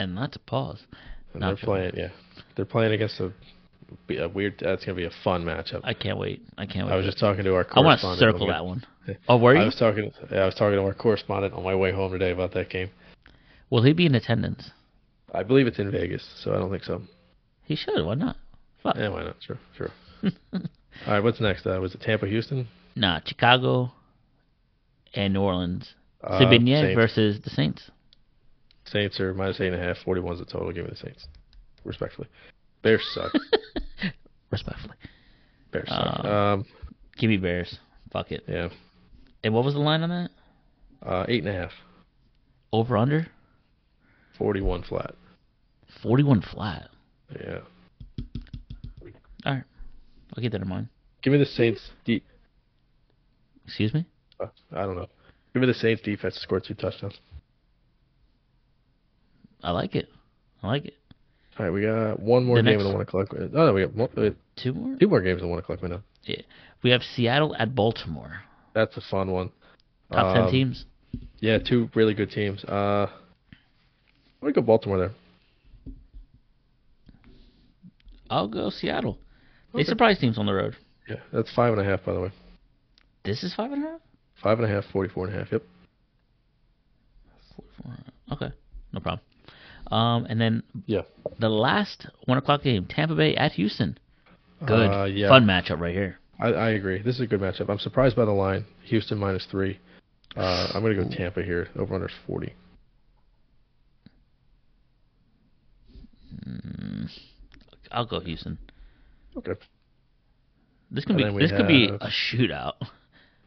And that's a pause. And Not they're sure. playing, yeah, they're playing against a, be a weird. That's going to be a fun matchup. I can't wait. I can't wait. I was just talking to our. I want to Correspondent circle on the- that one. Oh, were I you? was talking. Yeah, I was talking to our correspondent on my way home today about that game. Will he be in attendance? I believe it's in Vegas, so I don't think so. He should. Why not? Fuck. Yeah, why not? Sure, sure. All right, what's next? Uh, was it Tampa, Houston? Nah, Chicago and New Orleans. Uh, Sabinier Saints. versus the Saints. Saints are minus eight and a half. Forty-one's the total. Give me the Saints, respectfully. Bears suck. Respectfully. Bears suck. Uh, um, Give me Bears. Fuck it. yeah, And what was the line on that? uh, eight and a half. Over under? Forty-one flat. 41 flat. Yeah. All right. I'll keep that in mind. Give me the Saints. De- Excuse me? uh, I don't know. Give me the Saints defense to score two touchdowns. I like it. I like it. All right, we got one more The game next- in the one o'clock. Oh, no, we got one, uh, Two more? two more games in the one o'clock window. We have Seattle at Baltimore. That's a fun one. Top Um, 10 teams. Yeah, two really good teams. Uh, I'm gonna go Baltimore there. I'll go Seattle. They Okay. surprise teams on the road. Yeah, that's five and a half, by the way. This is five and a half? Five and a half, 44 and a half. Yep. Four, four, Okay. No problem. Um, and then Yeah. the last 1 o'clock game, Tampa Bay at Houston. Good. Uh, yeah. Fun matchup right here. I, I agree. This is a good matchup. I'm surprised by the line. Houston minus three. Uh, I'm gonna go Tampa here. Over under 40. Mm, I'll go Houston. Okay. This could And be then we this could be have- a shootout.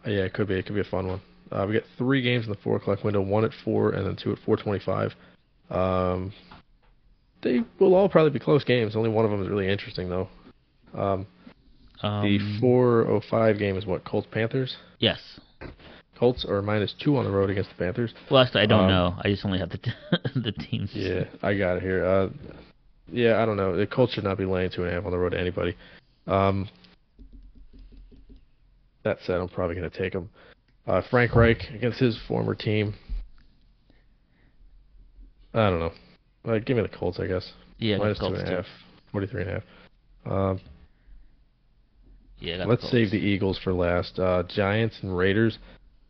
Uh, Yeah, it could be. It could be a fun one. Uh, we got three games in the four o'clock window. One at four, and then two at 4:25. Um, they will all probably be close games. Only one of them is really interesting though. Um, Um, the 4:05 game is what Colts Panthers. Yes. Colts are minus two on the road against the Panthers. Well, actually, I don't Um, know. I just only have the t- the teams. Yeah, I got it here. Uh, yeah, I don't know. The Colts should not be laying two and a half on the road to anybody. Um, that said, I'm probably going to take them. Uh, Frank Reich against his former team. I don't know. Uh, give me the Colts, I guess. Yeah, I got Minus Colts two and too. a half. 43 and a half. Um, Yeah, I got let's Colts. save the Eagles for last. Uh, Giants and Raiders.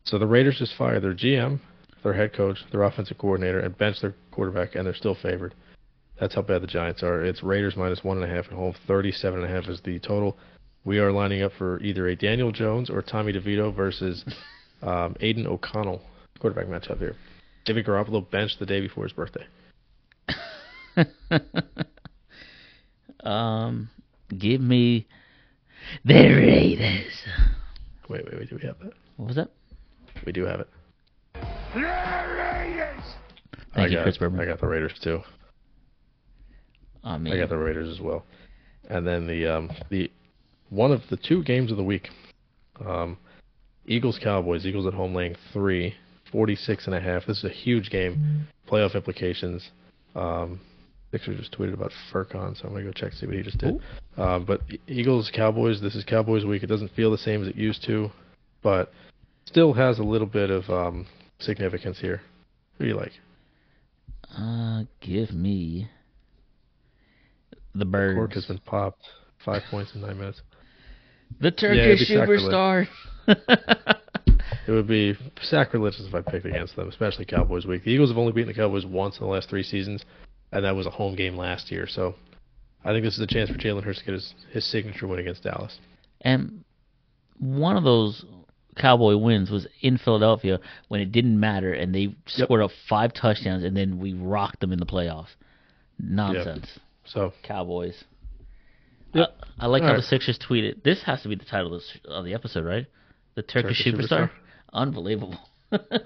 So the Raiders just fired their GM, their head coach, their offensive coordinator, and benched their quarterback, and they're still favored. That's how bad the Giants are. It's Raiders minus one and a half at home. Thirty-seven and a half is the total. We are lining up for either a Daniel Jones or Tommy DeVito versus um, Aiden O'Connell quarterback matchup here. David Garoppolo benched the day before his birthday. um, give me the Raiders. Wait, wait, wait. Do we have that? What was that? We do have it. Thank I you, got, Chris Berman. I got the Raiders too. I mean, I got the Raiders as well. And then the um, the one of the two games of the week, um, Eagles Cowboys. Eagles at home laying three, 46 and a half. This is a huge game, playoff implications. Um, Sixer just tweeted about Furcon, so I'm gonna go check see what he just did. Um, but E- Eagles Cowboys. This is Cowboys week. It doesn't feel the same as it used to, but still has a little bit of um, significance here. Who do you like? uh, give me the Birds. Cork has been popped. Five points in nine minutes. The Turkish be Shackleton. superstar. It would be sacrilegious if I picked against them, especially Cowboys week. The Eagles have only beaten the Cowboys once in the last three seasons, and that was a home game last year. So I think this is a chance for Jalen Hurts to get his, his signature win against Dallas. And one of those Cowboy wins was in Philadelphia when it didn't matter, and they scored up five touchdowns, and then we rocked them in the playoffs. Nonsense, So Cowboys. Yep. I, I like how All right. the Sixers tweeted. This has to be the title of, this, of the episode, right? The Turkish, Turkish superstar? superstar? Unbelievable.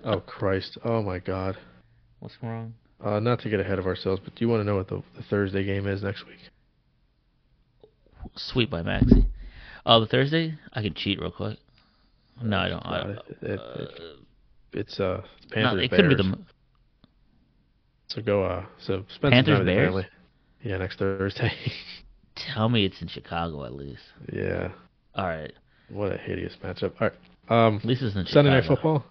oh Christ, oh my God. What's wrong? Uh, not to get ahead of ourselves, but do you want to know what the, the Thursday game is next week? Sweet by Maxi. Uh, the Thursday, I can cheat real quick. No, I don't. I Uh, don't. it, it, Uh, it's uh it's no, Panthers. it could be Bears. the So go. Uh, so spend some Panthers, time with your Bears? family. Yeah, next Thursday. Tell me it's in Chicago at least. yeah, All right, what a hideous matchup. All right. Um, at least it's in Chicago. Sunday night football.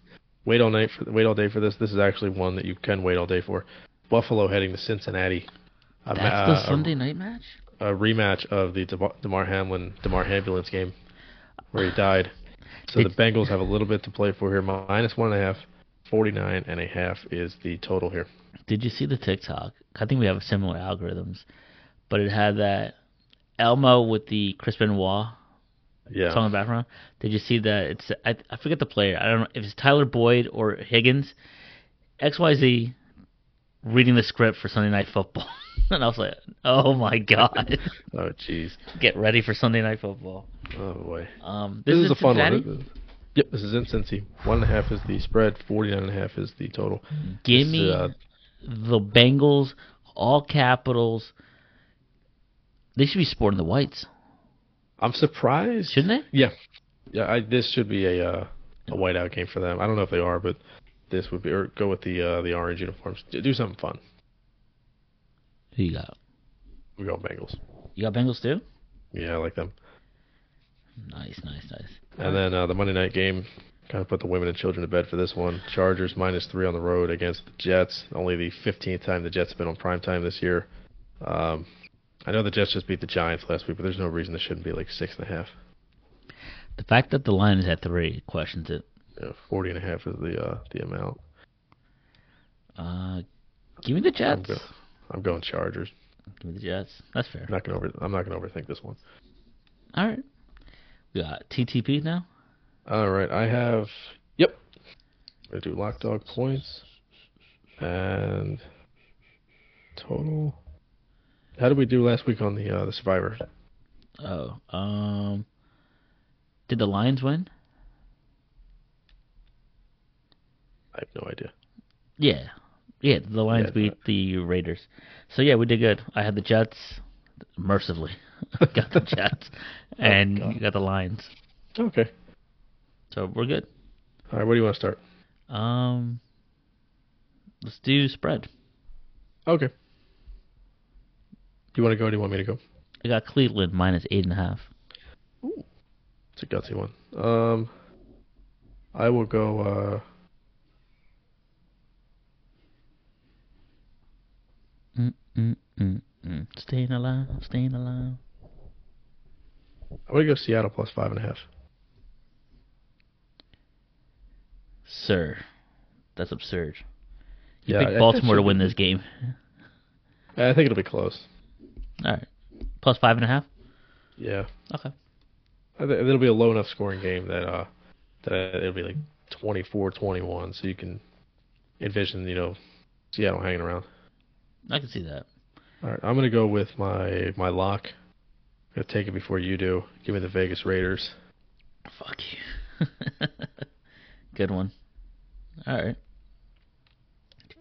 Wait all night for wait all day for this. This is actually one that you can wait all day for. Buffalo heading to Cincinnati. A, ma- That's uh, the a- Sunday night match. A, rematch of the Demar, Damar Hamlin Demar ambulance game where he died. So the It's- Bengals have a little bit to play for here. Minus one and a half. 49 and a half is the total here. Did you see the TikTok? I think we have similar algorithms, but it had that Elmo with the Chris Benoit Yeah. song in the background. Did you see that? It's I, I forget the player. I don't know if it's Tyler Boyd or Higgins. X Y Z reading the script for Sunday night football, and I was like, oh my god, Oh, jeez. get ready for Sunday night football. Oh, boy. Um, This, this, is, a fun Cincinnati? one. Yep, this is in Cincy. One and a half is the spread. Forty-nine and a half is the total. Give This is, me uh, the Bengals, all capitals. They should be sporting the whites, I'm surprised. shouldn't they? Yeah, yeah. I, this should be a uh, a whiteout game for them. I don't know if they are, but this would be or go with the uh, the orange uniforms. D- Do something fun. Who you got? We go Bengals. You got Bengals too? Yeah, I like them. Nice, nice, nice. And then uh, the Monday night game. Kind of put the women and children to bed for this one. Chargers minus three on the road against the Jets. Only the 15th time the Jets have been on prime time this year. Um, I know the Jets just beat the Giants last week, but there's no reason this shouldn't be like six and a half. The fact that the line is at three questions it. Yeah, 40 and a half is the uh, the amount. Uh, give me the I'm, Jets. go- I'm going Chargers. Give me the Jets. That's fair. I'm not gonna over. I'm not gonna overthink this one. All right. We got TTP now. All right, I have. Yep. I do lock dog points and total. How did we do last week on the uh, the survivor? Oh, um, did the Lions win? I have no idea. Yeah, yeah. The Lions Yeah, beat the Raiders. So yeah, we did good. I had the Jets. Mercifully, I got the Jets, and Oh, God. you got the Lions. Okay. So we're good. All right. Where do you want to start? Um, let's do spread. Okay. Do you want to go? Or do you want me to go? I got Cleveland minus eight and a half. It's a gutsy one. Um, I will go. Uh, Mm, mm, mm, mm. Staying alive, staying alive. I'm gonna go Seattle plus five and a half. Sir, that's absurd. You Yeah, I- picked that Baltimore to should win be- this game. I think it'll be close. All right, plus five and a half. Yeah. Okay. I think it'll be a low enough scoring game that uh that it'll be like 24-21 so you can envision, you know, Seattle hanging around. I can see that. All right, I'm going to go with my my lock. I'm going to take it before you do. Give me the Vegas Raiders. Fuck you. Good one. All right.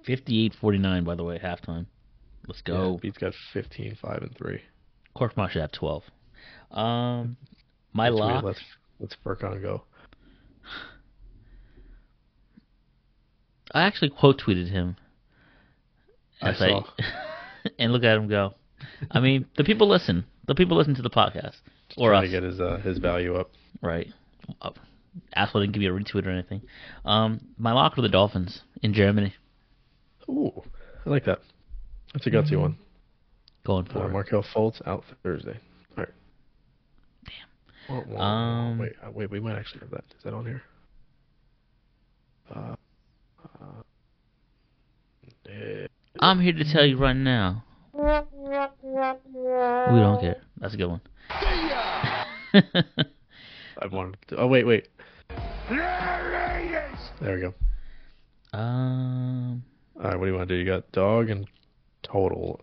58-49, by the way, halftime. Let's go. Yeah, Beats got 15 5 and 3. Cork Marsh at 12. Um, my Let's- lock. Let's let's Furcon go. I actually quote tweeted him. I As and look at him go. I mean, the people listen. The people listen to the podcast. Or Trying us. to get his uh, his value up. Right. Uh, Asshole didn't give you a retweet or anything. Um, my lock were the Dolphins in Germany. Ooh, I like that. That's a gutsy one. Going Uh, for it. Markel Fultz out Thursday. All right. Damn. Wah, wah, wah. Um, wait, uh, wait, we might actually have that. Is that on here? Uh, uh, eh, I'm here to tell you right now. We don't care. That's a good one. I wanted. To, oh wait, wait. There we go. um, All right, what do you want to do? You got dog and total.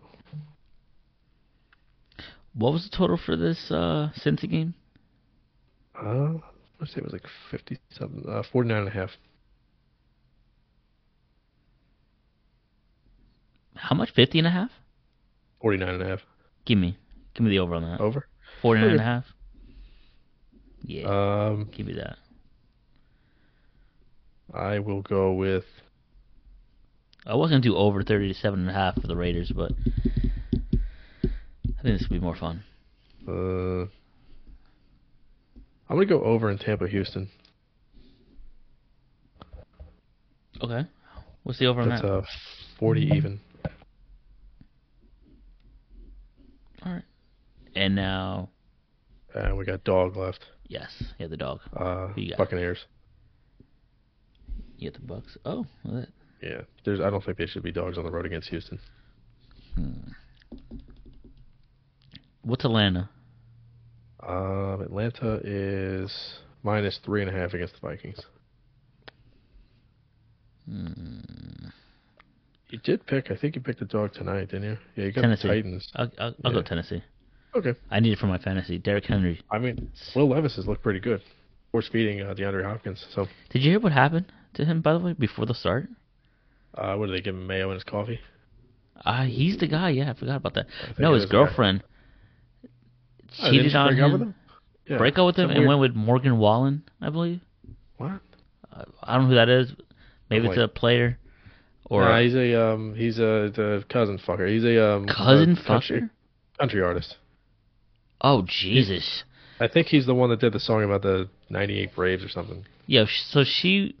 what was the total for this uh Cincy game? Uh, I say it was like fifty something, uh, forty nine and a half. How much? 50 and a half? Forty nine and a half Give me. Give me the over on that. over. 49 and a Oh. okay. half? Yeah. Um, give me that. I will go with. I was going to do over 37 and a half for the Raiders, but I think this would be more fun. Uh, I'm gonna go over in Tampa, Houston. Okay. What's the over on That's that? uh, forty even. and now, And we got dog left. yes, yeah, the dog. Uh, Who you got? Buccaneers. You get the Bucks. Oh, well, that- Yeah, there's. I don't think they should be dogs on the road against Houston. hmm. What's Atlanta? Um, Atlanta is minus three and a half against the Vikings. Hmm. You did pick. I think you picked the dog tonight, didn't you? Yeah, you got Tennessee. the Titans. I'll, I'll, I'll go Yeah. Tennessee. Okay. I need it for my fantasy. Derrick Henry. I mean, Will Levis has looked pretty good. Force feeding uh, DeAndre Hopkins. So, Did you hear what happened to him, by the way, before the start? uh, what do they give him? Mayo in his coffee? Uh, he's the guy. Yeah, I forgot about that. I think No, it his is the guy. girlfriend Oh, they cheated just on break up with him. Yeah. Break up with him Some and weird- went with Morgan Wallen, I believe. What? I I don't know who that is. Maybe I'm it's like- a player or uh, nah, a he's a um, he's a the cousin fucker. He's a um, cousin a country, fucker. country artist. Oh Jesus! I think he's the one that did the song about the '98 Braves or something. Yeah, sh- so she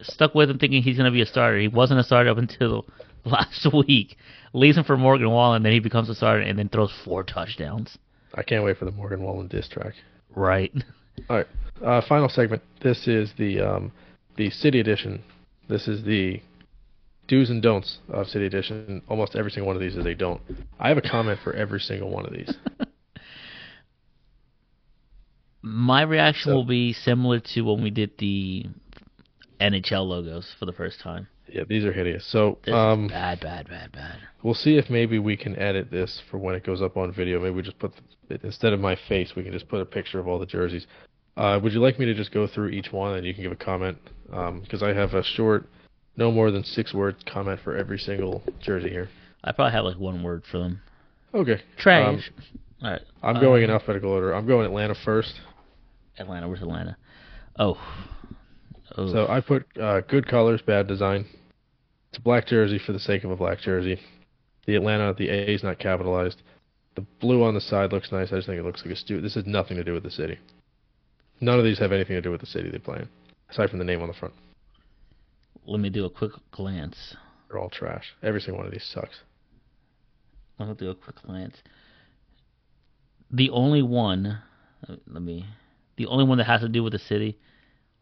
stuck with him thinking he's gonna be a starter. He wasn't a starter up until last week. Leaves him for Morgan Wallen, then he becomes a starter and then throws four touchdowns. I can't wait for the Morgan Wallen diss track. Right. Uh, final segment. This is the um, the city edition. This is the do's and don'ts of city edition. Almost every single one of these is a don't. I have a comment for every single one of these. My reaction So- will be similar to when we did the NHL logos for the first time. yeah, these are hideous. So This is um, bad, bad, bad, bad. we'll see if maybe we can edit this for when it goes up on video. Maybe we just put the, instead of my face, we can just put a picture of all the jerseys. Uh, would you like me to just go through each one and you can give a comment? Because I have a short, no more than six word comment for every single jersey here. I probably have like one word for them. Okay. Trash. Um, All right. I'm going in Um, alphabetical order. I'm going Atlanta first. Atlanta. Where's Atlanta? Oh. oh. So I put uh, good colors, bad design. It's a black jersey for the sake of a black jersey. The Atlanta, the A is not capitalized. The blue on the side looks nice. I just think it looks like a stu. This has nothing to do with the city. None of these have anything to do with the city they play in, aside from the name on the front. let me do a quick glance. They're all trash. Every single one of these sucks. Let me do a quick glance. The only one, uh, let me, the only one that has to do with the city,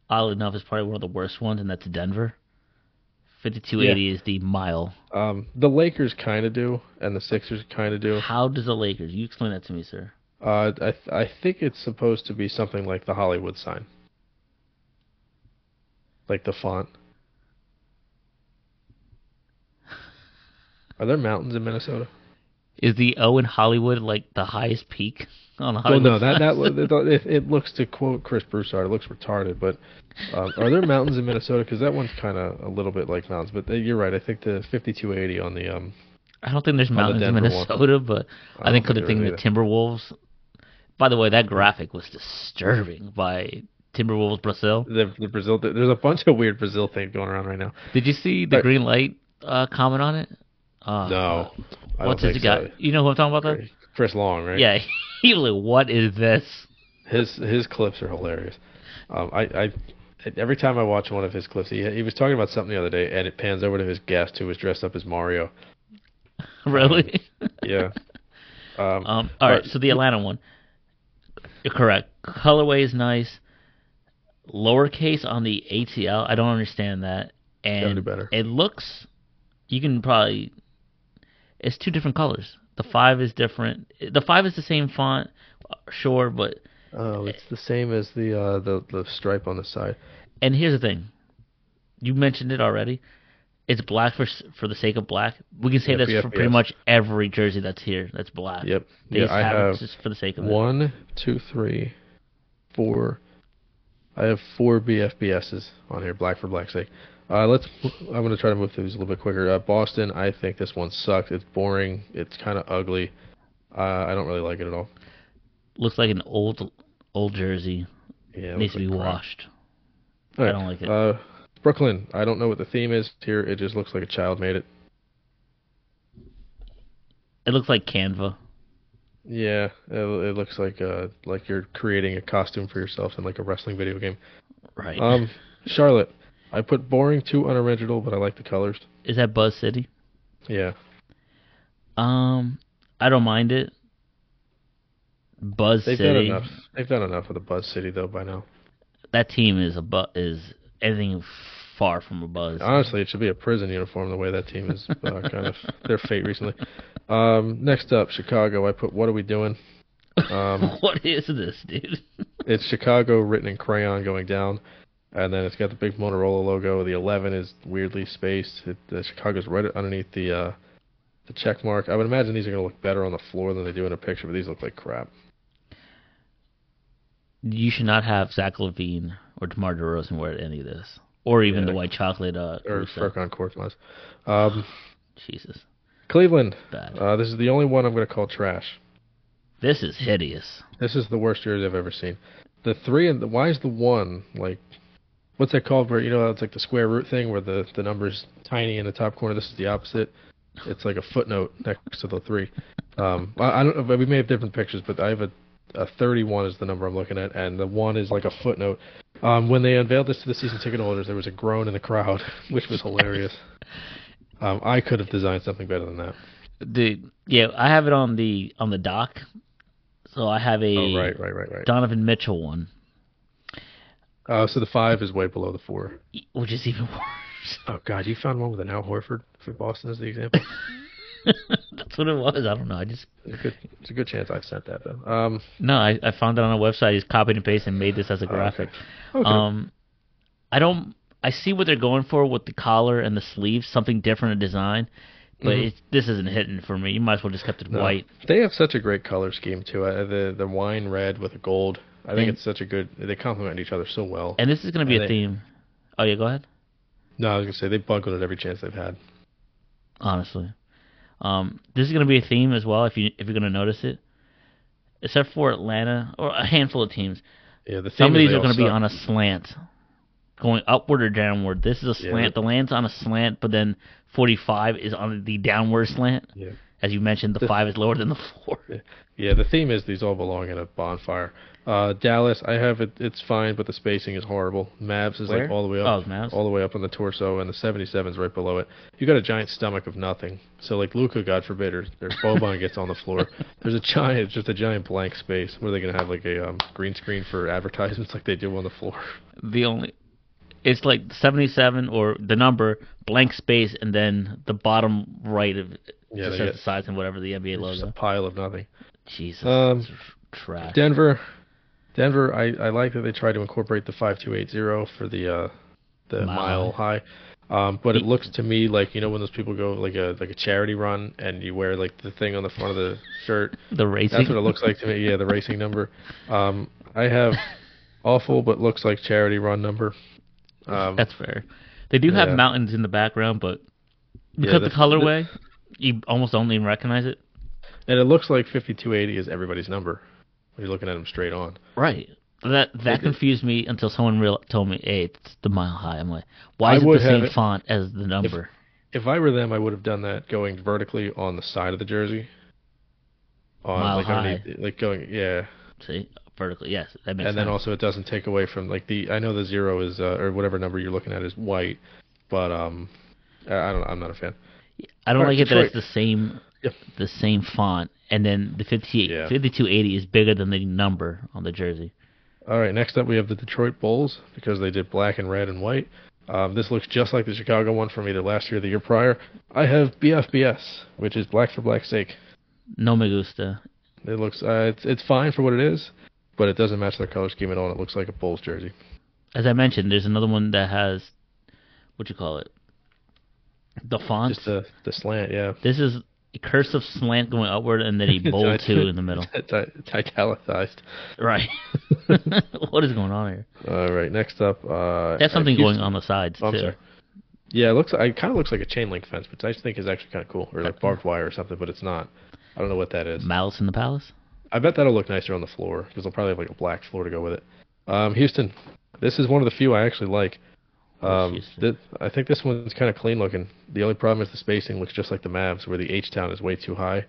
oddly enough, is probably one of the worst ones, and that's Denver. 5280 is the mile. Um, the Lakers kind of do, and the Sixers kind of do. How does the Lakers? You explain that to me, sir. Uh, I th- I think it's supposed to be something like the Hollywood sign, like the font. Are there mountains in Minnesota? Is the O in Hollywood like the highest peak on Well, Hollywood? no, that that signs? it, it looks to quote Chris Broussard, it looks retarded. But um, are there mountains in Minnesota? Because that one's kind of a little bit like mountains. But uh, you're right. I think the 5280 on the um. I don't think there's the mountains in Denver Minnesota, but I think don't could have there been is the either. Timberwolves. By the way, that graphic was disturbing by Timberwolves Brazil. The, the Brazil. There's a bunch of weird Brazil things going around right now. Did you see the But- green light uh, comment on it? Uh, No, I What's don't his think guy? You know who I'm talking about? so. Chris Long, Though? right? Yeah, he was like, "What is this?" His his clips are hilarious. Um, I, I every time I watch one of his clips, he he was talking about something the other day, and it pans over to his guest who was dressed up as Mario. really? Yeah. Um, Um, all right, Alright. so the Atlanta one. You're correct. Colorway is nice. lowercase on the ATL. I don't understand that. Gotta And do better. it looks, you can probably, it's two different colors. The five is different. The five is the same font, sure, but Oh, it's the same as the uh, the the stripe on the side. and here's the thing, you mentioned it already. It's black for s- for the sake of black. We can say Yep, that's yep, for pretty yes. much every jersey that's here that's black. Yep. They yeah, just I have, have it just for the sake of it. one, two, three, four. I have four BFBSs on here. Black for black's sake. Uh, let's. I'm gonna try to move through these a little bit quicker. Uh, Boston. I think this one sucked. It's boring. It's kind of ugly. Uh, I don't really like it at all. Looks like an old old jersey. Yeah. it Needs to looks be like crap. washed. All I don't like it. Uh, Brooklyn. I don't know what the theme is here. It just looks like a child made it. It looks like Canva. Yeah, it, it looks like uh like you're creating a costume for yourself in like a wrestling video game. Right. Um, Charlotte, I put boring, too unoriginal, but I like the colors. Is that Buzz City? Yeah, Um, I don't mind it. Buzz they've done City. enough. They've done enough with the Buzz City though by now. That team is a bu- is anything far from a buzz. Honestly, it should be a prison uniform the way that team is uh, kind of their fate recently. Um, next up, Chicago. I put what are we doing? Um, what is this, dude? it's Chicago written in crayon going down, and then it's got the big Motorola logo. The 11 is weirdly spaced. It, the Chicago's right underneath the uh, the check mark. I would imagine these are gonna look better on the floor than they do in a picture, but these look like crap. You should not have Zach Levine or DeMar DeRozan wear any of this, or even Yeah. the white chocolate. Uh, Or Caruso. Furcon Court was. Um, Jesus, Cleveland. bad. Uh, this is the only one I'm going to call trash. this is hideous. This is the worst jersey I've ever seen. The three and the why is the one like, what's that called? Where you know it's like the square root thing where the the number's tiny in the top corner. This is the opposite. It's like a footnote next to the three. Um, I, I don't. know, but We may have different pictures, but I have a a 31 is the number I'm looking at, and the one is like a footnote. Um, when they unveiled this to the season ticket holders, there was a groan in the crowd, which was hilarious. Um, I could have designed something better than that. Dude, yeah, I have it on the on the dock, so I have a Oh, right, right, right, right. Donovan Mitchell one, Uh, so the five is way below the four. e- which is even worse. Oh God, you found one with an Al Horford for Boston as the example. That's what it was. I don't know. I just It's a good, it's a good chance I sent that though. Um, no. I, I found it on a website. I just copied and pasted and made this as a Oh, okay. graphic. okay. Um, I don't. I see what they're going for with the collar and the sleeves, something different in design, but Mhm. it's, this isn't hitting for me. You might as well just kept it No. white. They have such a great color scheme too. Uh, the the wine red with the gold. I think And- it's such a good. They complement each other so well. And this is going to be And a they- theme. Oh yeah, go ahead. no, I was gonna say they bungled it every chance they've had. Honestly, um, this is going to be a theme as well. If you if you're going to notice it, except for Atlanta or a handful of teams, Yeah, the some of theme these is they are all going to be suck. on a slant, going upward or downward. This is a Yeah. slant. The land's on a slant, but then 45 is on the downward slant. Yeah. As you mentioned, the, The- five is lower than the four. Yeah, the theme is these all belong in a bonfire. Uh, Dallas, I have it. It's fine, but the spacing is horrible. Mavs is Where? like all the way Oh, up, it's Mavs? all the way up on the torso, and the 77's right below it. You got a giant stomach of nothing. So like Luca, God forbid, or, or Boban gets on the floor. There's a giant, just a giant blank space. What are they gonna have like a um, green screen for advertisements like they do on the floor? the only it's like 77 or the number blank space and then the bottom right of Yeah, just they says get- the size and whatever the NBA It's just a logo. pile of nothing. Jesus, um, it's tr- trash. Denver, Denver. I, I like that they tried to incorporate the five two eight zero for the uh, the Mile mile, high, um, but it looks to me like you know when those people go like a like a charity run and you wear like the thing on the front of the shirt. the racing. That's what it looks like to me. Yeah, the racing number. Um, I have awful but looks like charity run number. Um, That's fair. They do have Yeah. mountains in the background, but Yeah, because the, the- colorway, you almost don't even recognize it. and it looks like fifty two eighty is everybody's number. When you're looking at them straight on. Right. That that did. confused me until someone real, told me, "Hey, it's the mile high." I'm like, "Why is I it would the same have it- font as the number?" If I were them, I would have done that going vertically on the side of the jersey. On, Mile like, high. underneath- like going, yeah. See, vertically. Yes, that makes and sense. then also it doesn't take away from like the I know the zero is uh, or whatever number you're looking at is white, but um, I I don't know, I'm not a fan. I don't Alright, like it that it's Detroit. the same Yep. the same font and then the 58 Yeah. 5280 is bigger than the number on the jersey. All right, next up we have the Detroit Bulls because they did black and red and white. Um, this looks just like the Chicago one from either last year or the year prior. I have BFBS, which is black for black's sake. No me gusta. It looks uh, it's it's fine for what it is, but it doesn't match their color scheme at all. And it looks like a Bulls jersey. As I mentioned, there's another one that has what you call it, the font. Just the the slant, yeah. this is a cursive slant going upward and then a bold It's two in the middle. It's, it's italicized. Right. what is going on here? All right, next up. Uh, That's something uh, Houston- going on the sides Oh, I'm too. sorry. Yeah, it looks. It kind of looks like a chain link fence, which I think is actually kind of cool, or like barbed wire or something, but it's not. I don't know what that is. Malice in the Palace. I bet that'll look nicer on the floor because they'll probably have like a black floor to go with it. Um, Houston, this is one of the few I actually like. Where's Um, Houston? th- I think this one's kind of clean looking. The only problem is the spacing looks just like the Mavs, where the H town is way too high.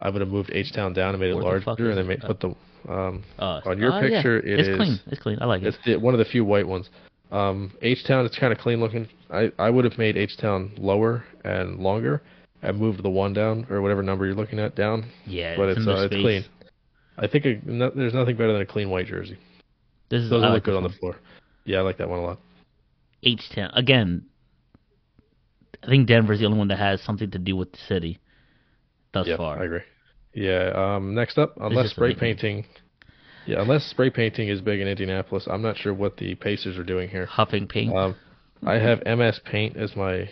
I would have moved H town down and made it Where the fuck larger, is and then it? made, put the um, Uh, On your oh, picture, yeah. it it's is- clean. It's clean. I like it. it's the, one of the few white ones. Um, H Town, it's kind of clean looking. I, I would have made H Town lower and longer. I moved the one down or whatever number you're looking at down, yeah, but it's, it's in uh, the it's space. clean. I think a, no, there's nothing better than a clean white jersey. This is Those I look like good this on the one. floor. Yeah, I like that one a lot. H town again. I think Denver's the only one that has something to do with the city thus yeah, far. I agree. Yeah. Um, next up, unless just a spray big one. painting, yeah, unless spray painting is big in Indianapolis, I'm not sure what the Pacers are doing here. Huffing pink. Um, I have MS Paint as my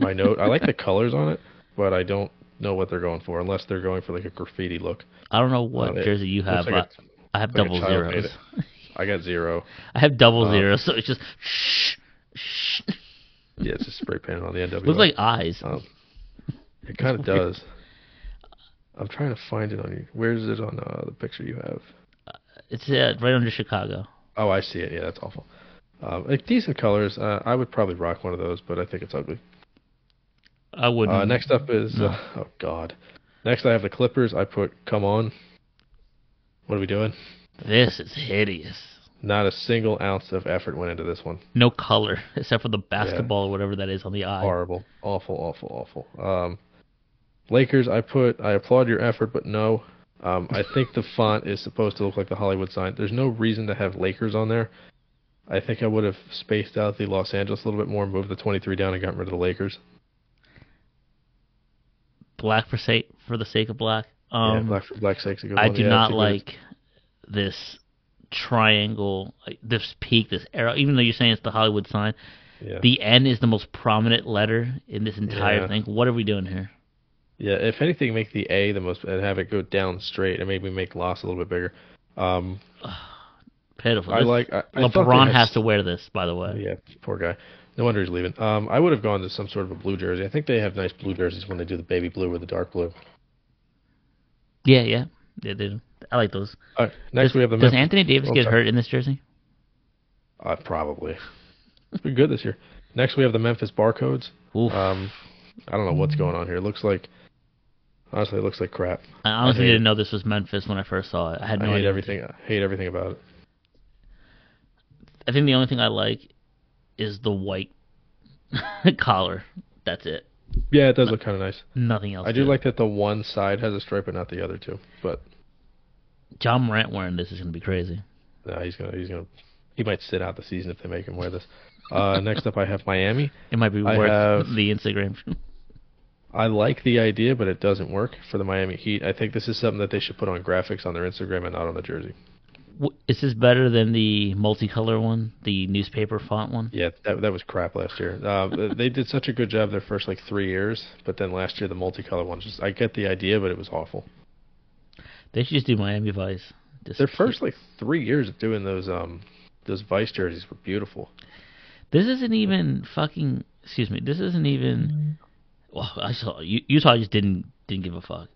my note. I like the colors on it, but I don't know what they're going for unless they're going for like a graffiti look. I don't know what it jersey you have. uh, Looks like but I have like a double child made zeros. a- I got zero. I have double Um, zeros, so it's just shh, shh. Yeah, it's just spray painted on the NW. Looks like eyes. um, it kind of does. I'm trying to find it on you. Where is it on uh, the picture you have? It's uh, right under Chicago. Oh, I see it. Yeah, that's awful. Um, like decent colors. Uh, I would probably rock one of those, but I think it's ugly. I wouldn't. Uh, next up is No. uh, oh god. Next I have the Clippers. I put come on. What are we doing? This is hideous. Not a single ounce of effort went into this one. No color except for the basketball or whatever that is on the eye. Horrible, awful, awful, awful. Um, Lakers, I put. I applaud your effort, but no. Um, I think the font is supposed to look like the Hollywood sign. There's no reason to have Lakers on there. I think I would have spaced out the Los Angeles a little bit more, moved the 23 down, and gotten rid of the Lakers. Black for sake for the sake of black. Um, yeah, black for black's sake. I do not like this triangle, like, this peak, this arrow. Even though you're saying it's the Hollywood sign, Yeah. the N is the most prominent letter in this entire Yeah. thing. What are we doing here? Yeah, if anything, make the A the most and have it go down straight, and maybe make loss a little bit bigger. Um, Pitiful. I This- like I, I thought they LeBron had- has to wear this, by the way. Yeah, poor guy. No wonder he's leaving. Um, I would have gone to some sort of a blue jersey. I think they have nice blue jerseys when they do the baby blue or the dark blue. Yeah, yeah, yeah. they do. I like those. All right, next does, we have the does Memphis- Anthony Davis Oh, get sorry. hurt in this jersey? Uh, probably. It's been good this year. Next we have the Memphis barcodes. Oof. Um, I don't know what's going on here. It looks like honestly, it looks like crap. I honestly I hate didn't it. know this was Memphis when I first saw it. I had no I hate idea. everything. I hate everything about it. I think the only thing I like is the white collar. That's it. Yeah, it does look kind of nice. Nothing else. I do to it. like that the one side has a stripe but not the other two. But John Morant wearing this is gonna be crazy. no, he's gonna he's gonna he might sit out the season if they make him wear this. Uh, next up, I have Miami. It might be I worth have- the Instagram. I like the idea, but it doesn't work for the Miami Heat. I think this is something that they should put on graphics on their Instagram and not on the jersey. W- is this better than the multicolor one, the newspaper font one? Yeah, that that was crap last year. Uh, they did such a good job their first like three years, but then last year the multicolor ones. Just I get the idea, but it was awful. They should just do Miami Vice. Just Their keep- first like three years of doing those um those Vice jerseys were beautiful. This isn't even fucking. Excuse me. This isn't even. Well, I saw U- Utah just didn't didn't give a fuck.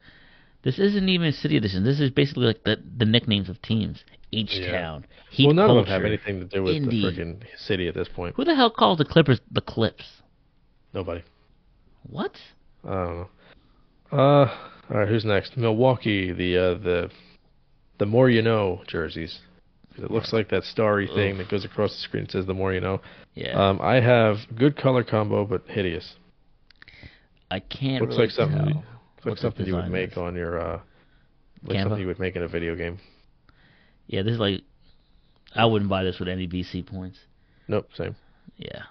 This isn't even city edition. This is basically like the the nicknames of teams. H Town. Heat well, none culture. of them have anything to do with Indy. the freaking city at this point. Who the hell calls the Clippers the Clips? Nobody. What? I don't know. Uh, all right. Who's next? Milwaukee. The uh, the the more you know jerseys. 'Cause It looks like that starry thing that goes across the screen and says the more you know. Yeah, Um, I have good color combo, but hideous. I can't. Looks really like something. tell. you- Looks like the something you would design make is. on your. Uh, like Canva? something you would make in a video game. Yeah, this is like I wouldn't buy this with any BC points. Nope, same. Yeah.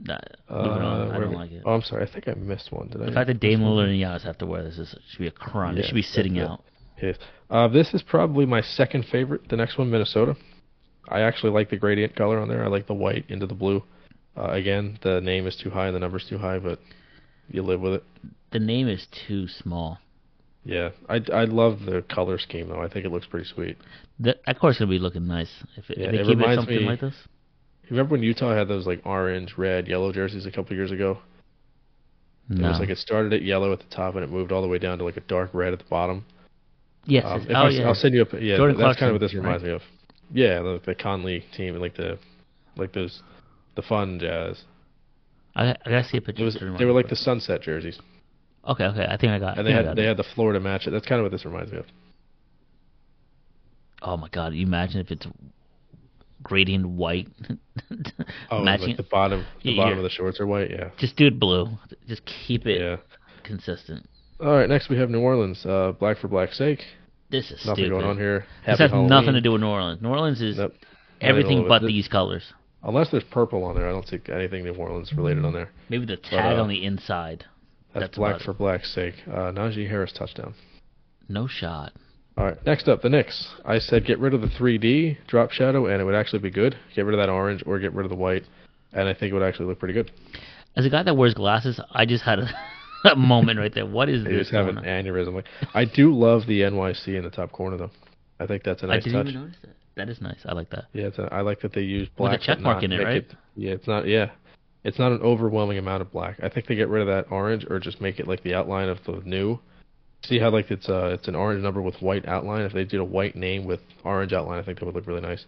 Not, Uh, moving on. I where don't we- like it. Oh, I'm sorry. I think I missed one. Did I? the fact that Dame Lillard and Giannis have to wear this is, should be a crime. Yeah, they should be sitting that's it. out. Yes. Uh, this is probably my second favorite. The next one, Minnesota. I actually like the gradient color on there. I like the white into the blue. Uh, again, the name is too high and the number's too high, but you live with it. The name is too small. Yeah, I, I love the color scheme though. I think it looks pretty sweet. That, that court's gonna be looking nice if, it, Yeah, if they it keep it reminds something me- like this. You remember when Utah had those like orange, red, yellow jerseys a couple years ago? No. It was like it started at yellow at the top and it moved all the way down to like a dark red at the bottom. yes. Um, it's- if oh I, yeah. will send you a yeah. Jordan that's Clarkson, kind of what this right? reminds me of. Yeah, the, the Conley team and like the like those the fun jazz. I, I gotta see a It picture. was to they were remind like me. the sunset jerseys, Okay, okay. I think I got. I and they think I had got they it. had the floor to match it. That's kind of what this reminds me of. Oh my god! You imagine if it's gradient white, Oh, matching. like the bottom the Yeah, bottom yeah. of the shorts are white. Yeah, Just do it blue. Just keep it yeah. consistent. All right, next we have New Orleans. Uh, black for black's sake. This is Nothing stupid. going on here. This Happy has nothing Halloween. to do with New Orleans. New Orleans is Nope. everything all but of it. these colors. Unless there's purple on there, I don't think anything New Orleans related on there. Maybe the tag uh, on the inside. That's, That's black about for black's sake. Uh, Najee Harris touchdown. No shot. All right, next up, the Knicks. I said get rid of the 3D drop shadow, and it would actually be good. Get rid of that orange or get rid of the white, and I think it would actually look pretty good. As a guy that wears glasses, I just had a, a moment right there. What is They this? just have going an on? aneurysm. Like, I do love the NYC in the top corner, though. I think that's a I nice didn't touch. even notice that. That is nice. I like that. Yeah, it's a, I like that they use With a black. check but mark not in it, make right? yeah, it's not. Yeah, it's not an overwhelming amount of black. I think they get rid of that orange or just make it like the outline of the new. See how like it's uh it's an orange number with white outline. If they did a white name with orange outline, I think that would look really nice.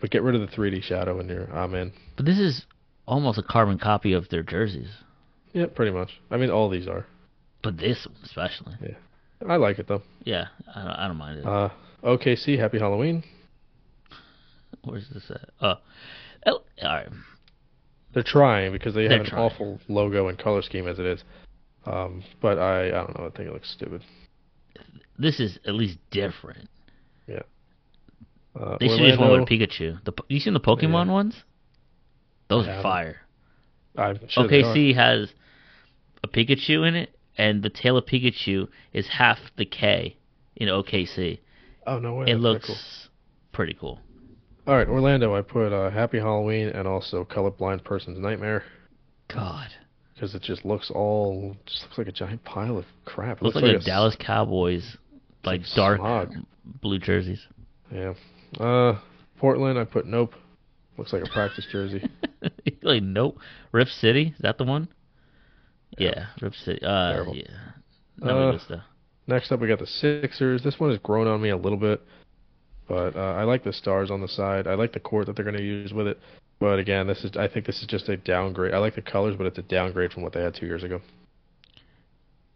But get rid of the 3D shadow in your ah man. But this is almost a carbon copy of their jerseys. Yeah, pretty much. I mean, all these are. But this one especially. I like it though. Yeah, I don't, I don't mind it. Uh, OKC, happy Halloween. Where's this at? Oh, oh all right. They're trying because they They're have an trying. awful logo and color scheme as it is. Um, but I I don't know. I think it looks stupid. This is at least different. Uh, They should have just went Orlando- with Pikachu. The po- you seen the Pokemon ones? Those I are haven't. fire. I'm sure they are. OKC has a Pikachu in it, and the tail of Pikachu is half the K in OKC. Oh no way! it that's looks cool. pretty cool. All right, Orlando. I put uh, Happy Halloween and also Colorblind Person's Nightmare God, because it just looks all just looks like a giant pile of crap. It looks like, a s- Dallas Cowboys like like dark smog. blue jerseys. Yeah. Uh, Portland. I put Nope. Looks like a practice jersey. like nope, Rip City is that the one? Yeah, Rip City. Uh, Terrible. yeah, None Uh, of this stuff. Next up, we got the Sixers. This one has grown on me a little bit, but uh, I like the stars on the side. I like the court that they're going to use with it. But again, this is I think this is just a downgrade. I like the colors, but it's a downgrade from what they had two years ago.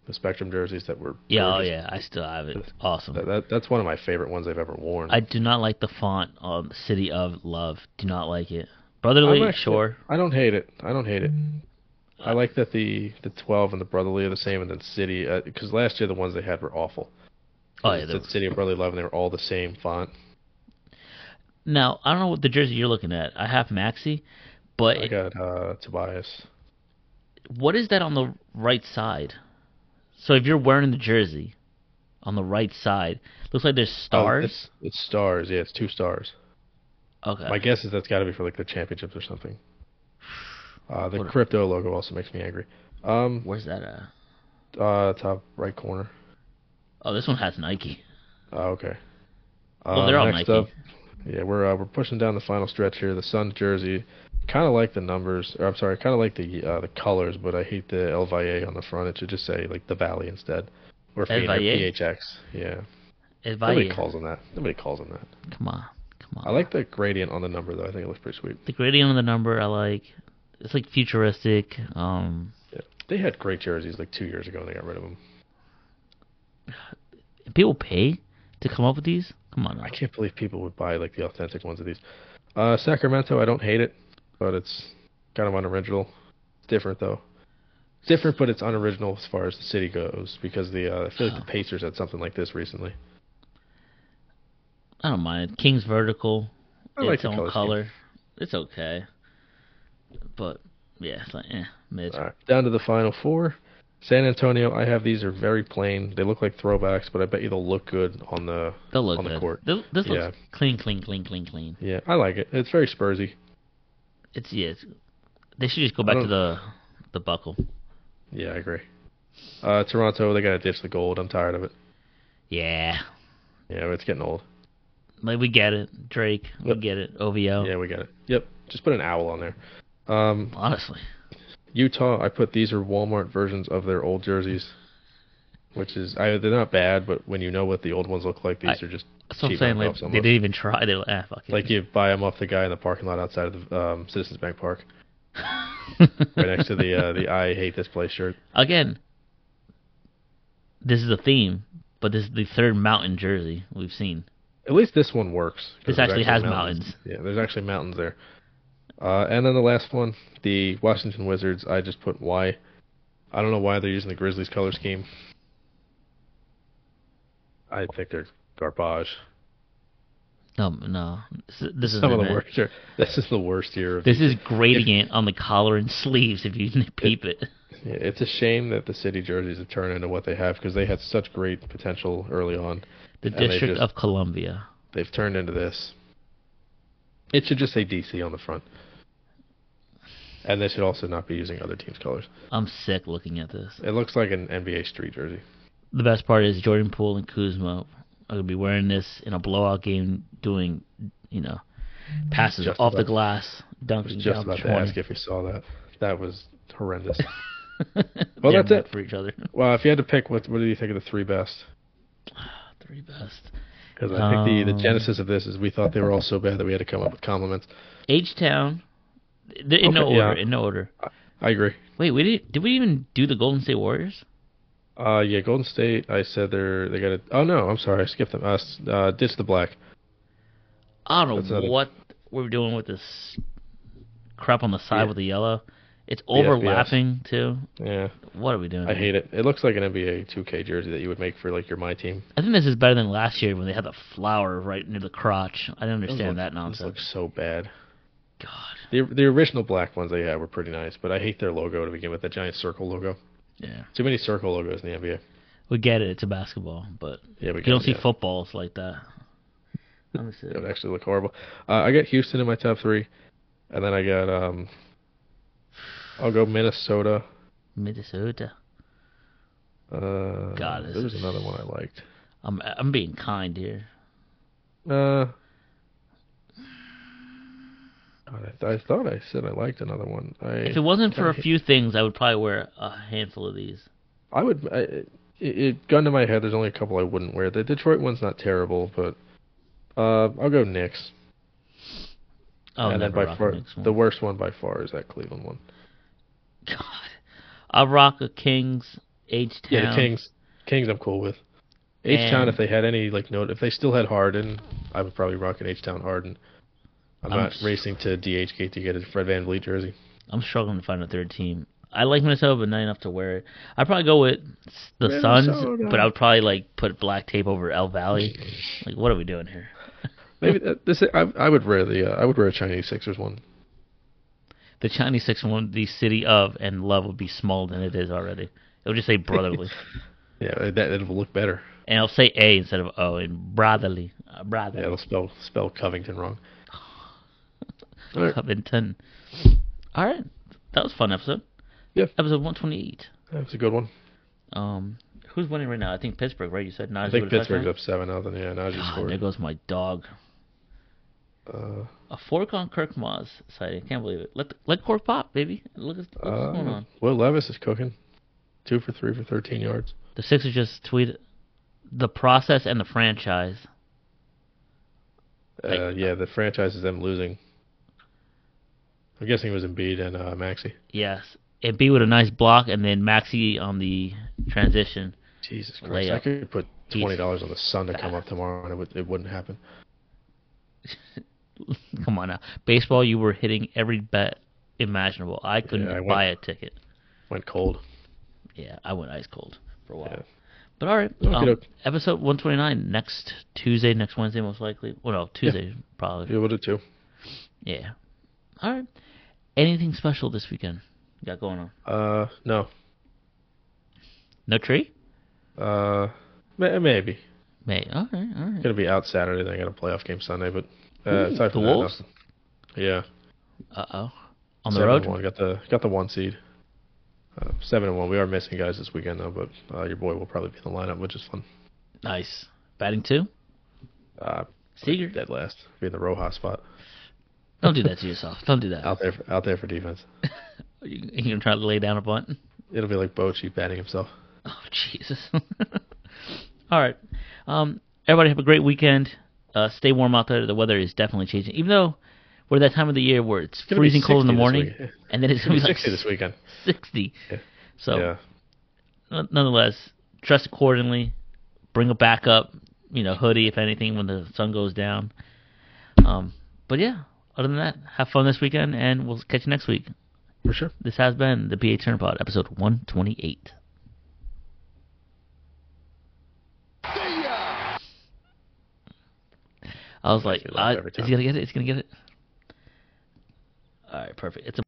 The Spectrum jerseys that were Yeah, oh gorgeous. yeah, I still have it. Awesome. That, that, that's one of my favorite ones I've ever worn. I do not like the font um, City of Love. Do not like it. Brotherly, I'm actually- sure. I don't hate it. I don't hate it. I like that the the 12 and the brotherly are the same, and then city because last year the ones they had were awful. Oh yeah. It there said was- city and brotherly love, and they were all the same font. Now I don't know what the jersey you're looking at. I have Maxi, but I got uh, Tobias. what is that on the right side? So if you're wearing the jersey on the right side, looks like there's Oh, stars. it's, it's stars. Yeah, it's two stars. okay. My guess is that's got to be for like the championships or something. Uh, the What a- crypto logo also makes me angry. Um, Where's that at? uh, top right corner. Oh, this one has Nike. Uh, okay. Well, Uh, they're all next Nike. up, yeah, we're uh, we're pushing down the final stretch here. The Suns jersey, kind of like the numbers, or I'm sorry, kind of like the uh, the colors, but I hate the LVA on the front. It should just say like the Valley instead, or Phoenix, or LVA? PHX. Yeah, If I- nobody calls them that. Nobody calls them that. Come on, come on. I like the gradient on the number though. I think it looks pretty sweet. the gradient of the number. I like. It's like futuristic. Um, They had great jerseys like two years ago, and they got rid of them. people pay to come up with these. Come on, now. I can't believe people would buy like the authentic ones of these. Uh, Sacramento, I don't hate it, but it's kind of unoriginal. It's different though. It's different, but it's unoriginal as far as the city goes because the uh, I feel like the Pacers had something like this recently. I don't mind. King's vertical. I its like the own color scheme. color. It's okay, but yeah, it's like eh, mid. All right, down to the final four. San Antonio, I have these are very plain. They look like throwbacks, but I bet you they'll look good on the. They'll look on the good. court. This, this Yeah. looks clean, clean, clean, clean, clean. Yeah, I like it. It's very Spursy. It's yeah. It's, they should just go I back to don't- the the buckle. Yeah, I agree. Uh, Toronto, they gotta ditch the gold. I'm tired of it. Yeah, Yeah, it's getting old. like we get it. Drake, we Yep. get it. OVO. Yeah, we got it. Yep. Just put an owl on there. Um, Honestly, Utah, I put these are Walmart versions of their old jerseys, which is I, they're not bad, but when you know what the old ones look like, these I- are just that's what I'm Cheap saying. Like, knockoffs they almost. didn't even try. They were like, ah, fuck it. like you buy them off the guy in the parking lot outside of the um, Citizens Bank Park, right next to the uh, the I hate this place shirt. again, this is a theme, but this is the third mountain jersey we've seen. At least this one works. This 'cause there's actually has Yeah, there's actually mountains there. Uh, and then the last one, the Washington Wizards. I just put why. I don't know why they're using the Grizzlies color scheme. I think they're garbage. No, no, this, this is Some of the it, man. worst. year- This is the worst year of This is gradient on the collar and sleeves if you peep it. Yeah, it's a shame that the city jerseys have turned into what they have because they had such great potential early on. The And they District just- of Columbia. They've turned into this. It should just say DC on the front. And they should also not be using other teams' colors. I'm sick looking at this. It looks like an NBA street jersey. The best part is Jordan Poole and Kuzma are gonna be wearing this in a blowout game, doing you know passes Just off the about- glass, I was dunking just down about to 20. ask if you saw that. That was horrendous. They're that's meant it. for each other. well, if you had to pick, what what do you think of the three best? Three best. Because I think the, Um, the genesis of this is we thought they were all so bad that we had to come up with compliments. H Town. They're in no Okay, yeah. order. In no order. I agree. Wait, we did. Did we even do the Golden State Warriors? Uh, yeah, Golden State. I said they're they got to. Oh no, I'm sorry, I skipped them. Uh, s- uh ditch the black. I don't That's know not a- what we're doing with this crap on the side Yeah. with the yellow. It's FBS. overlapping too. Yeah, What are we doing? I hate it. It looks like an NBA 2K jersey that you would make for like your my team. I think this is better than last year when they had the flower right near the crotch. I didn't Those understand look- that Those nonsense. look so bad. God. The the original black ones they had were pretty nice, but I hate their logo to begin with. That giant circle logo. Yeah. Too many circle logos in the NBA. We get it. It's a basketball, but Yeah, we you don't got- see yeah. footballs like that. Let me see. It would actually look horrible. Uh, I got Houston in my top three, and then I got um. I'll go Minnesota. Minnesota. Uh, God, this there was is- another one I liked. I'm I'm being kind here. Uh, God, I, th- I thought I said I liked another one. I If it wasn't for a Okay. few things, I would probably wear a handful of these. I would. I, it, it gun to my head. There's only a couple I wouldn't wear. The Detroit one's not terrible, but uh, I'll go Knicks. Oh, and then never by rock far, the next one. the worst one by far is that Cleveland one. God. I rock a Kings, H Town. Yeah, the Kings. Kings, I'm cool with. H Town, And- if they had any like note, if they still had Harden, I would probably rock an H Town Harden. I'm, I'm not s- racing to DH gate to get a Fred Van Vliet jersey. I'm struggling to find a third team. I like Minnesota, but not enough to wear it. I'd probably go with s- the Suns, Minnesota. but I would probably like put black tape over El Valley. like, what are we doing here? Maybe that, this I, I would wear the uh, I would wear a Chinese Sixers one. The Chinese six one, the city of and love would be smaller than it is already. It would just say brotherly, Yeah, uh, that that will look better. and it'll say A instead of O, and brotherly, uh, Yeah, brotherly. it'll spell spell Covington wrong. All right. Covington. All right, that was a fun episode. Yeah. episode one twenty eight. That was a good one. Um, who's winning right now? I think Pittsburgh, right? You said Najee. I with think a Pittsburgh's touchdown? up seven nothing. Yeah, now just God, there scored. goes my dog. Uh, A fork on Kirk Ma's side. I can't believe it. Let the, let cork pop, baby. Look at what's uh, going on. Will Levis is cooking. Two for three for thirteen yards. The Sixers just tweeted the process and the franchise. Uh, yeah, the franchise is them losing. I'm guessing it was Embiid and uh, Maxi. Yes, and B with a nice block, and then Maxi on the transition. Jesus Christ! I Layup. could put He's- twenty dollars on the sun to come Ah. up tomorrow, and it would it wouldn't happen. Come on now, baseball. You were hitting every bet imaginable. I couldn't Yeah, I went- buy a ticket. Went cold. Yeah, I went ice cold for a while. Yeah. But all right, Okey um, doke. episode 129 next Tuesday, next Wednesday, most likely. Well, no, Tuesday probably. Yeah, we'll do two. Yeah. All right. Anything special this weekend you got going on? Uh, no. No tree? Uh, may- maybe. May. All right. All right. Gonna be out Saturday. Then I got a playoff game Sunday, but uh, Ooh, aside from the that, Wolves? nothing. Yeah. Uh oh. On the seven road. and one. Got the got the one seed. Uh, seven and one. We are missing guys this weekend though, but uh, your boy will probably be in the lineup, which is fun. Nice. Batting two. Uh, Seager. dead last. Be in the Rojas spot. Don't do that to yourself. Don't do that. Out there, for, out there for defense. You, you gonna try to lay down a bunt? It'll be like Bochy batting himself. Oh Jesus! All right, um, everybody have a great weekend. Uh, stay warm out there. The weather is definitely changing, even though we're that time of the year where it's gonna be freezing cold in the 60 this morning, week. and then it's It'll gonna be be like sixty this weekend. sixty. Yeah. So, yeah. n- nonetheless, dress accordingly. Bring a backup, you know, hoodie if anything when the sun goes down. Um, but yeah, other than that, have fun this weekend, and we'll catch you next week. For sure. This has been the PA Turner Pod, episode one twenty eight. I was like, Make me laugh I, every it's time. gonna get it. It's gonna get it. All right, perfect. It's a